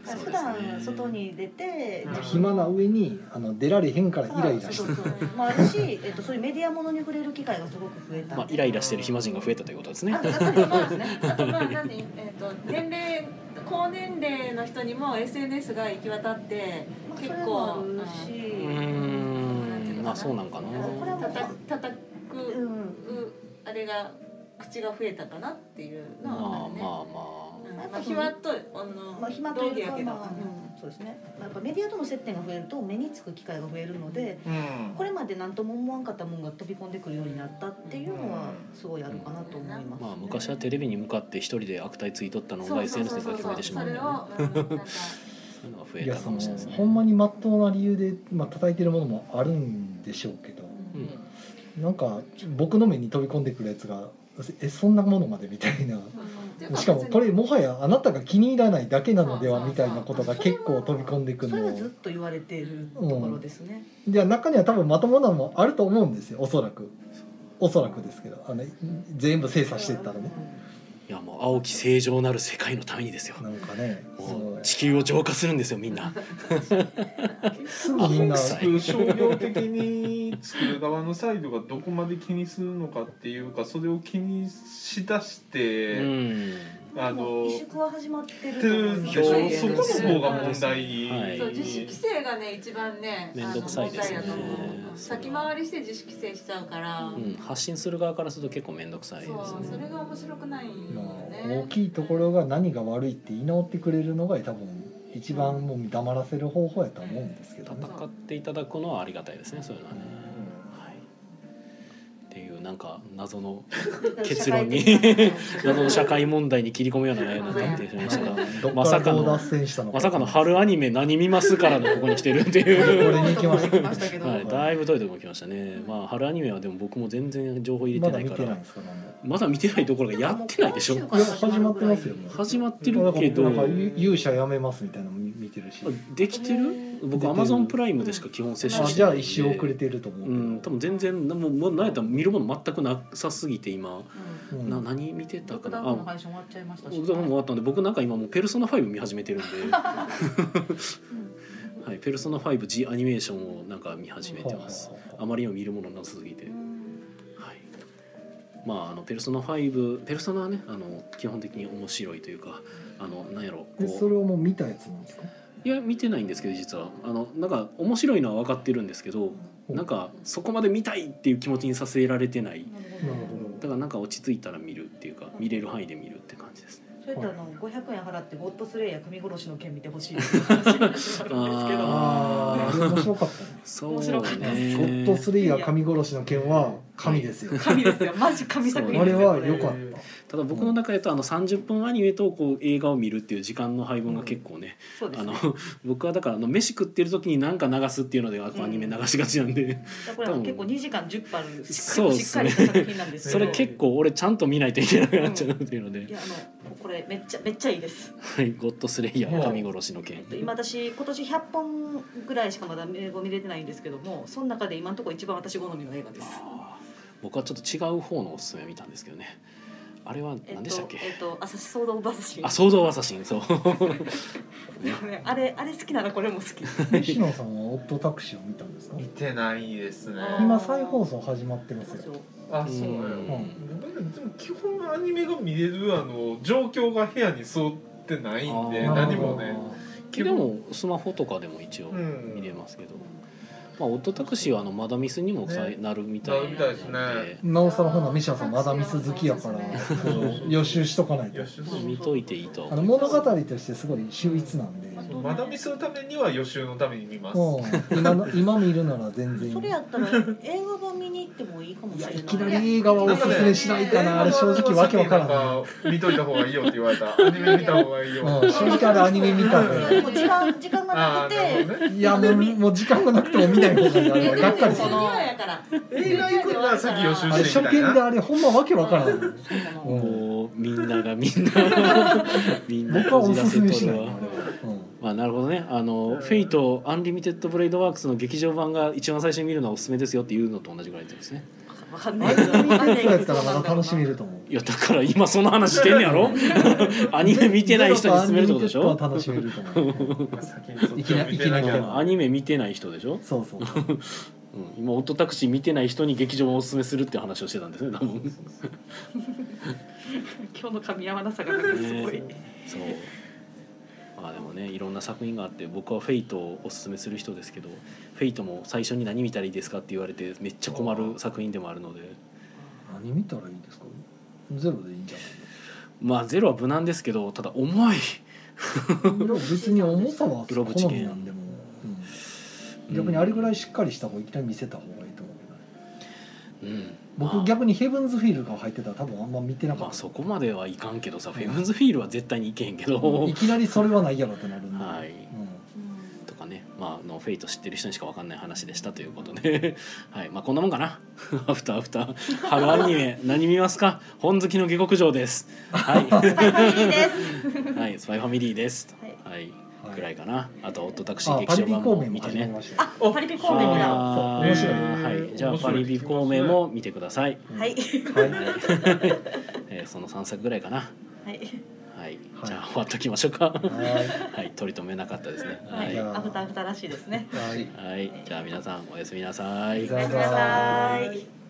S1: そうですね
S3: 普段外に出て、
S4: うん
S2: 暇な上にあの出られへんからイライラし
S3: そう
S2: て
S3: そうそうまあ、あるし、えっと、そういうメディアものに触れる機会がすごく増えた。
S1: まあイライラしてる暇人が増えたということですね
S3: あと、だ
S5: あ
S3: から
S5: とまああとまあ何えっ、と年齢高年齢の人にも SNS が行き渡って
S3: まあ
S5: 結
S3: それ
S5: 構
S3: もある
S5: うん
S1: う
S3: し、
S1: んまあそうなんかな
S5: うん
S3: これはもう
S5: 叩く叩
S3: う
S5: く
S3: ん、
S5: うあれが口が増えたかなっていう
S1: まあ
S5: のはあるね。
S1: まあま
S5: うん
S3: ま
S5: ま
S3: あ
S5: あまあ、ひわっとあ
S3: まあ暇
S5: の
S3: と
S5: 道
S3: い
S5: 義
S3: う
S5: や
S3: か
S5: けど、
S3: まあ、うん、そうですね。やっぱメディアとの接点が増えると目につく機会が増えるので、
S4: うん
S3: これまで何とも思わんかったもんが飛び込んでくるようになったっていうのはすごいあるかなと思います、
S5: う
S3: ね。
S1: あま
S5: ん
S1: あ昔はテレビに向かって一人で悪態ついとったの
S5: そ
S1: が
S5: うそう
S1: SNS
S5: そ
S1: で
S5: う
S1: 書き込
S5: そう
S1: めてしまうんだよね
S5: それを、うん、なんか
S1: そういうのが増
S2: い
S1: えた
S2: や
S1: か
S2: その
S1: もしれないですね
S2: ほんまにまっとうな理由で、まあ叩いてるものもあるんでしょうけど
S1: う
S5: うんん
S2: なんか僕の目に飛び込んでくるやつがえそんなものまでみたいな
S5: っていうか
S2: しかもこれもはやあなたが気に入らないだけなのでは
S5: そうそうそう
S2: みたいなことが結構飛び込んでく
S3: それ
S2: る
S3: はずっ
S2: の
S3: と言われているところですね。
S2: で中には多分まともなのもあると思うんですよおそらくおそらくですけどあの全部精査していったらね
S1: いやもう青き正常なる世界のためにですよ
S2: なんかね
S1: も
S2: そうう
S1: 地球を浄化するんですよみんな
S2: すぐみんな
S1: 臭い
S4: 商業的に作る側のサイドがどこまで気にするのかっていうかそれを気にしだし
S1: う
S4: て、
S1: ん
S4: あの
S3: もう萎縮は始まってる
S4: って
S3: と思い
S4: る
S3: ま
S4: ですしょ
S3: よ
S5: そう
S4: そこの方が問題、
S1: はい
S5: そう自主規制がね一番ね
S1: 面倒くさいですね
S5: あの問題だと思ううん
S1: それは
S5: 先回りして自主規制しちゃうから、
S1: うん、発信する側からすると結構面倒くさいです
S5: そ
S1: ね
S5: うそれが面白くないよ
S2: まあ
S5: ね
S2: 大きいところが何が悪いって言い直ってくれるのが多分一番もう黙らせる方法やと思うんですけどね。
S1: 戦っていただくのはありがたいですねそういうのはね、はい、っていうなんか謎の結論に
S3: 社会的な
S1: 謎の社会問題に切り込むような内容になってしまいましたが
S2: ど
S1: ま
S2: っか
S1: さ
S2: ら
S1: か
S2: ど
S1: の
S2: う脱線したの
S1: まさかの春アニメ何見ますからのここに来てるっていう、
S2: 俺に行きました
S3: け ど
S1: はい、だいぶ遠いところ来ましたねまあ春アニメはでも僕も全然情報入れ
S2: ま
S1: て
S2: だ
S1: ない
S2: 見
S1: か
S2: て
S1: ら
S2: ない
S1: ま
S2: んですかね。
S1: だ見てないところがやってないでしょ
S2: いや始まってますよ。もう
S1: 始まってるけど
S2: なんか勇者やめますみたいなのも見てるし。
S1: できてる僕
S2: 出
S1: ア
S2: てる
S1: マゾンプライムでしか基本接種
S2: あ
S1: して
S2: じ
S1: な
S2: ゃ
S1: い
S2: あ
S1: んで
S2: 一周遅れてると思うけ
S1: う
S2: ど。
S1: ん多分全然もうもう何やったら見るもの全くなさすぎて今、
S2: う
S1: なん何見てた
S6: ロッ
S1: か
S6: ク
S1: な
S6: ダ
S1: あ
S6: ウンの配信終わっちゃいましたし
S1: 僕も終わったんで僕なんか今もう「ペルソナ5」見始めてるんで「はい、ペルソナ 5G アニメーション」をなんか見始めてます
S2: はあはあはあ
S1: あまりにも見るものなさすぎて、はい、まああの「ペルソナ5」ペルソナはねあの基本的に面白いというかあのなんやろこ
S2: でそうれをもう見たやつなんですか。
S1: いや見てないんですけど実はあのなんか面白いのは分かってるんですけどなんかそこまで見たいっていう気持ちにさせられてない
S2: なる
S1: だからなんか落ち着いたら見るっていうか見れる範囲で見るって感じですね。
S3: それとあの500円払ってゴッドスレイヤー組殺しの件見てほしいっていう話になるんですけど
S2: ほど。ああ面白かったね。
S1: そう
S6: 白かった
S2: ゴッドス
S1: ね。
S2: リーが神殺しの剣は神ですよ。
S6: 神ですよマジ神作
S1: そ
S2: あ
S6: 品
S1: う
S2: れ
S6: ですよ
S2: は良かった。
S1: ただ僕の中でとあの30分アニメとこう映画を見るっていう時間の配分が結構ね、
S3: そうで
S1: あ
S3: す
S1: の
S3: ね。
S1: 僕はだからあの飯食ってる時に何か流すっていうのであこうアニメ流しがちなんで、
S3: だからこれ結構2時間10分ある
S1: そうで
S3: しっ
S1: す
S3: か
S1: ね
S3: りした作品なんです
S1: そ
S3: けど。
S1: れ結構俺ちゃんと見ないといけなくなっちゃうっていうので、
S3: いやあのこれめっちゃめっちゃいいです。
S1: はい、ゴッドスレイヤー神殺しの
S3: え
S1: 剣
S3: っと今私今年100本ぐらいしかまだ英語見れてないんですけども、その中で今のところ一番私好みの映画です。
S1: 僕はちょっと違う方のおすすめ見たんですけどねあれは
S3: えっ
S1: 何でしたっ
S3: と
S1: け、
S3: えっとアサシソードオブアサシン
S1: あソード・オブ・アサシンそう
S3: あれあれ好きならこれも 好き。
S2: 西野さんはオットタクシーを見たんですか
S4: 見。てないですね
S3: あー
S2: 今再放送始まってますよ。
S4: あそうなの
S1: うん
S4: よでも基本アニメが見れるあの状況が部屋に沿ってないんで
S1: あー
S4: 何もね
S1: でもスマホとかでも一応
S4: うん
S1: 見れますけど、まあ、オットタクシーはあのマダミスにもさ、
S4: ね
S1: なるみたい
S4: なるみたいで
S2: なおさらほな西野さんまだミス好きやから
S4: うん
S2: 予習しとかないと
S4: 予。習
S1: まあ見といていいとは
S2: あ
S1: 思
S2: の
S1: いま
S2: 物語としてすごい秀逸なんで。
S4: そうまだ見するためには予習のために見ます、
S2: うん、今の今見るなら全然
S3: それやったら映画版見に行ってもいいかもし
S2: い
S3: れ
S2: や
S3: ない。
S2: いきなり映画はおすすめしないかなあれ正直わけわからない、
S4: い見といた方がいいよって言われたアニメ見た方がいいよ
S2: うん、正直あれアニメ見たん
S3: で
S2: で
S3: も時間時間がなく
S4: ああなる
S3: て
S4: ほ。どね
S2: いやもうもう時間がなくても見ない方がいいあれはがっかりす
S5: 授
S2: る
S5: 業やから
S4: 映画行くのは先予習
S2: あれ
S4: し
S2: 初
S4: てみたい
S2: 見で
S4: な
S2: あれほんまわけわからん、うん、
S1: すこうみんながみん なみんな
S2: 僕はおすすめしない
S1: こ
S2: あれ
S1: じら
S2: は
S1: せとるわ、まあ、なるほどねあの、フェイトアンリミテッドブレイドワークスの劇場版が一番最初に見るのはおすすめですよっていうのと同じぐらいですね
S3: わかん
S2: うん、
S3: な
S2: あ
S3: い
S2: れ
S3: け
S2: 見に
S3: ど。
S2: 行くやったらまだ楽しめると思う
S1: いやだから今その話してんねやろ アニメ見てない人に勧めるってことでし
S2: ゼロ
S1: ょ
S2: とアンリミテッドは楽しめると思う
S4: 先にそっちを見てなき
S2: いきなりいきなり
S4: ゃ
S1: アニメ見てない人でしょ、
S2: そうそうそう
S1: うん、今オットタクシー見てない人に劇場をおすすめするって話をしてたんですね多分
S3: 今日の神山なさがなんかすごい。
S1: そうまあでもねいろんな作品があって僕は「フェイトをおすすめする人ですけど「フェイトも最初に何見たらいいですかって言われてめっちゃ困る作品でもあるので
S2: 何見たらいいんですかゼロでいいんじゃ
S1: まあゼロは無難ですけどただ重い
S2: ないでも別に重さは
S1: グローブ知
S2: 好み
S1: 見
S2: なんでも、うん逆にあれぐらいしっかりした方がいきなり見せた方がいいと思うけどね
S1: うんまあ
S2: 僕逆にヘブンズ・フィールが入ってたら多分あんま見てなか
S1: まあ
S2: った、
S1: そこまではいかんけどさ「フェムズフィール」は絶対にいけへんけど
S2: いきなりそれはないやろってなるんで、
S1: はい
S2: うん
S1: とかねまああのフェイト知ってる人にしかわかんない話でしたということで はいまあこんなもんかな アフターアフター春アニメ何見ますか本好きの下克上です は
S3: スパイファミリーです。
S1: い、はい、スパイファミリーです
S3: はい
S1: はい、
S2: はい
S1: くらいかなあとオットタクシー
S2: あパ
S1: 劇
S2: リ
S1: 場
S2: ピ
S1: 版
S2: 孔
S1: も
S2: 明も
S1: 見て
S2: 始まり
S1: ね
S2: ましたよ
S3: あ、パリピ孔明だ。
S1: あ
S2: 面白い
S1: ーはいじゃあ
S4: 面
S1: パ
S4: 白い
S1: リビ孔明も見てください、
S3: はい。
S2: はい
S1: えーその3作ぐらいかな
S3: はい。
S1: はい、
S2: はい
S1: じゃあ終わっときましょうか
S2: はい
S1: はい取り留めなかったですね
S3: は。
S1: はいい、
S2: じゃあ
S3: アフターアフターらしいですね。
S2: はい
S1: はい、じゃあ皆さんおやすみなさい
S2: おやすみなさい
S3: おやすみなさい。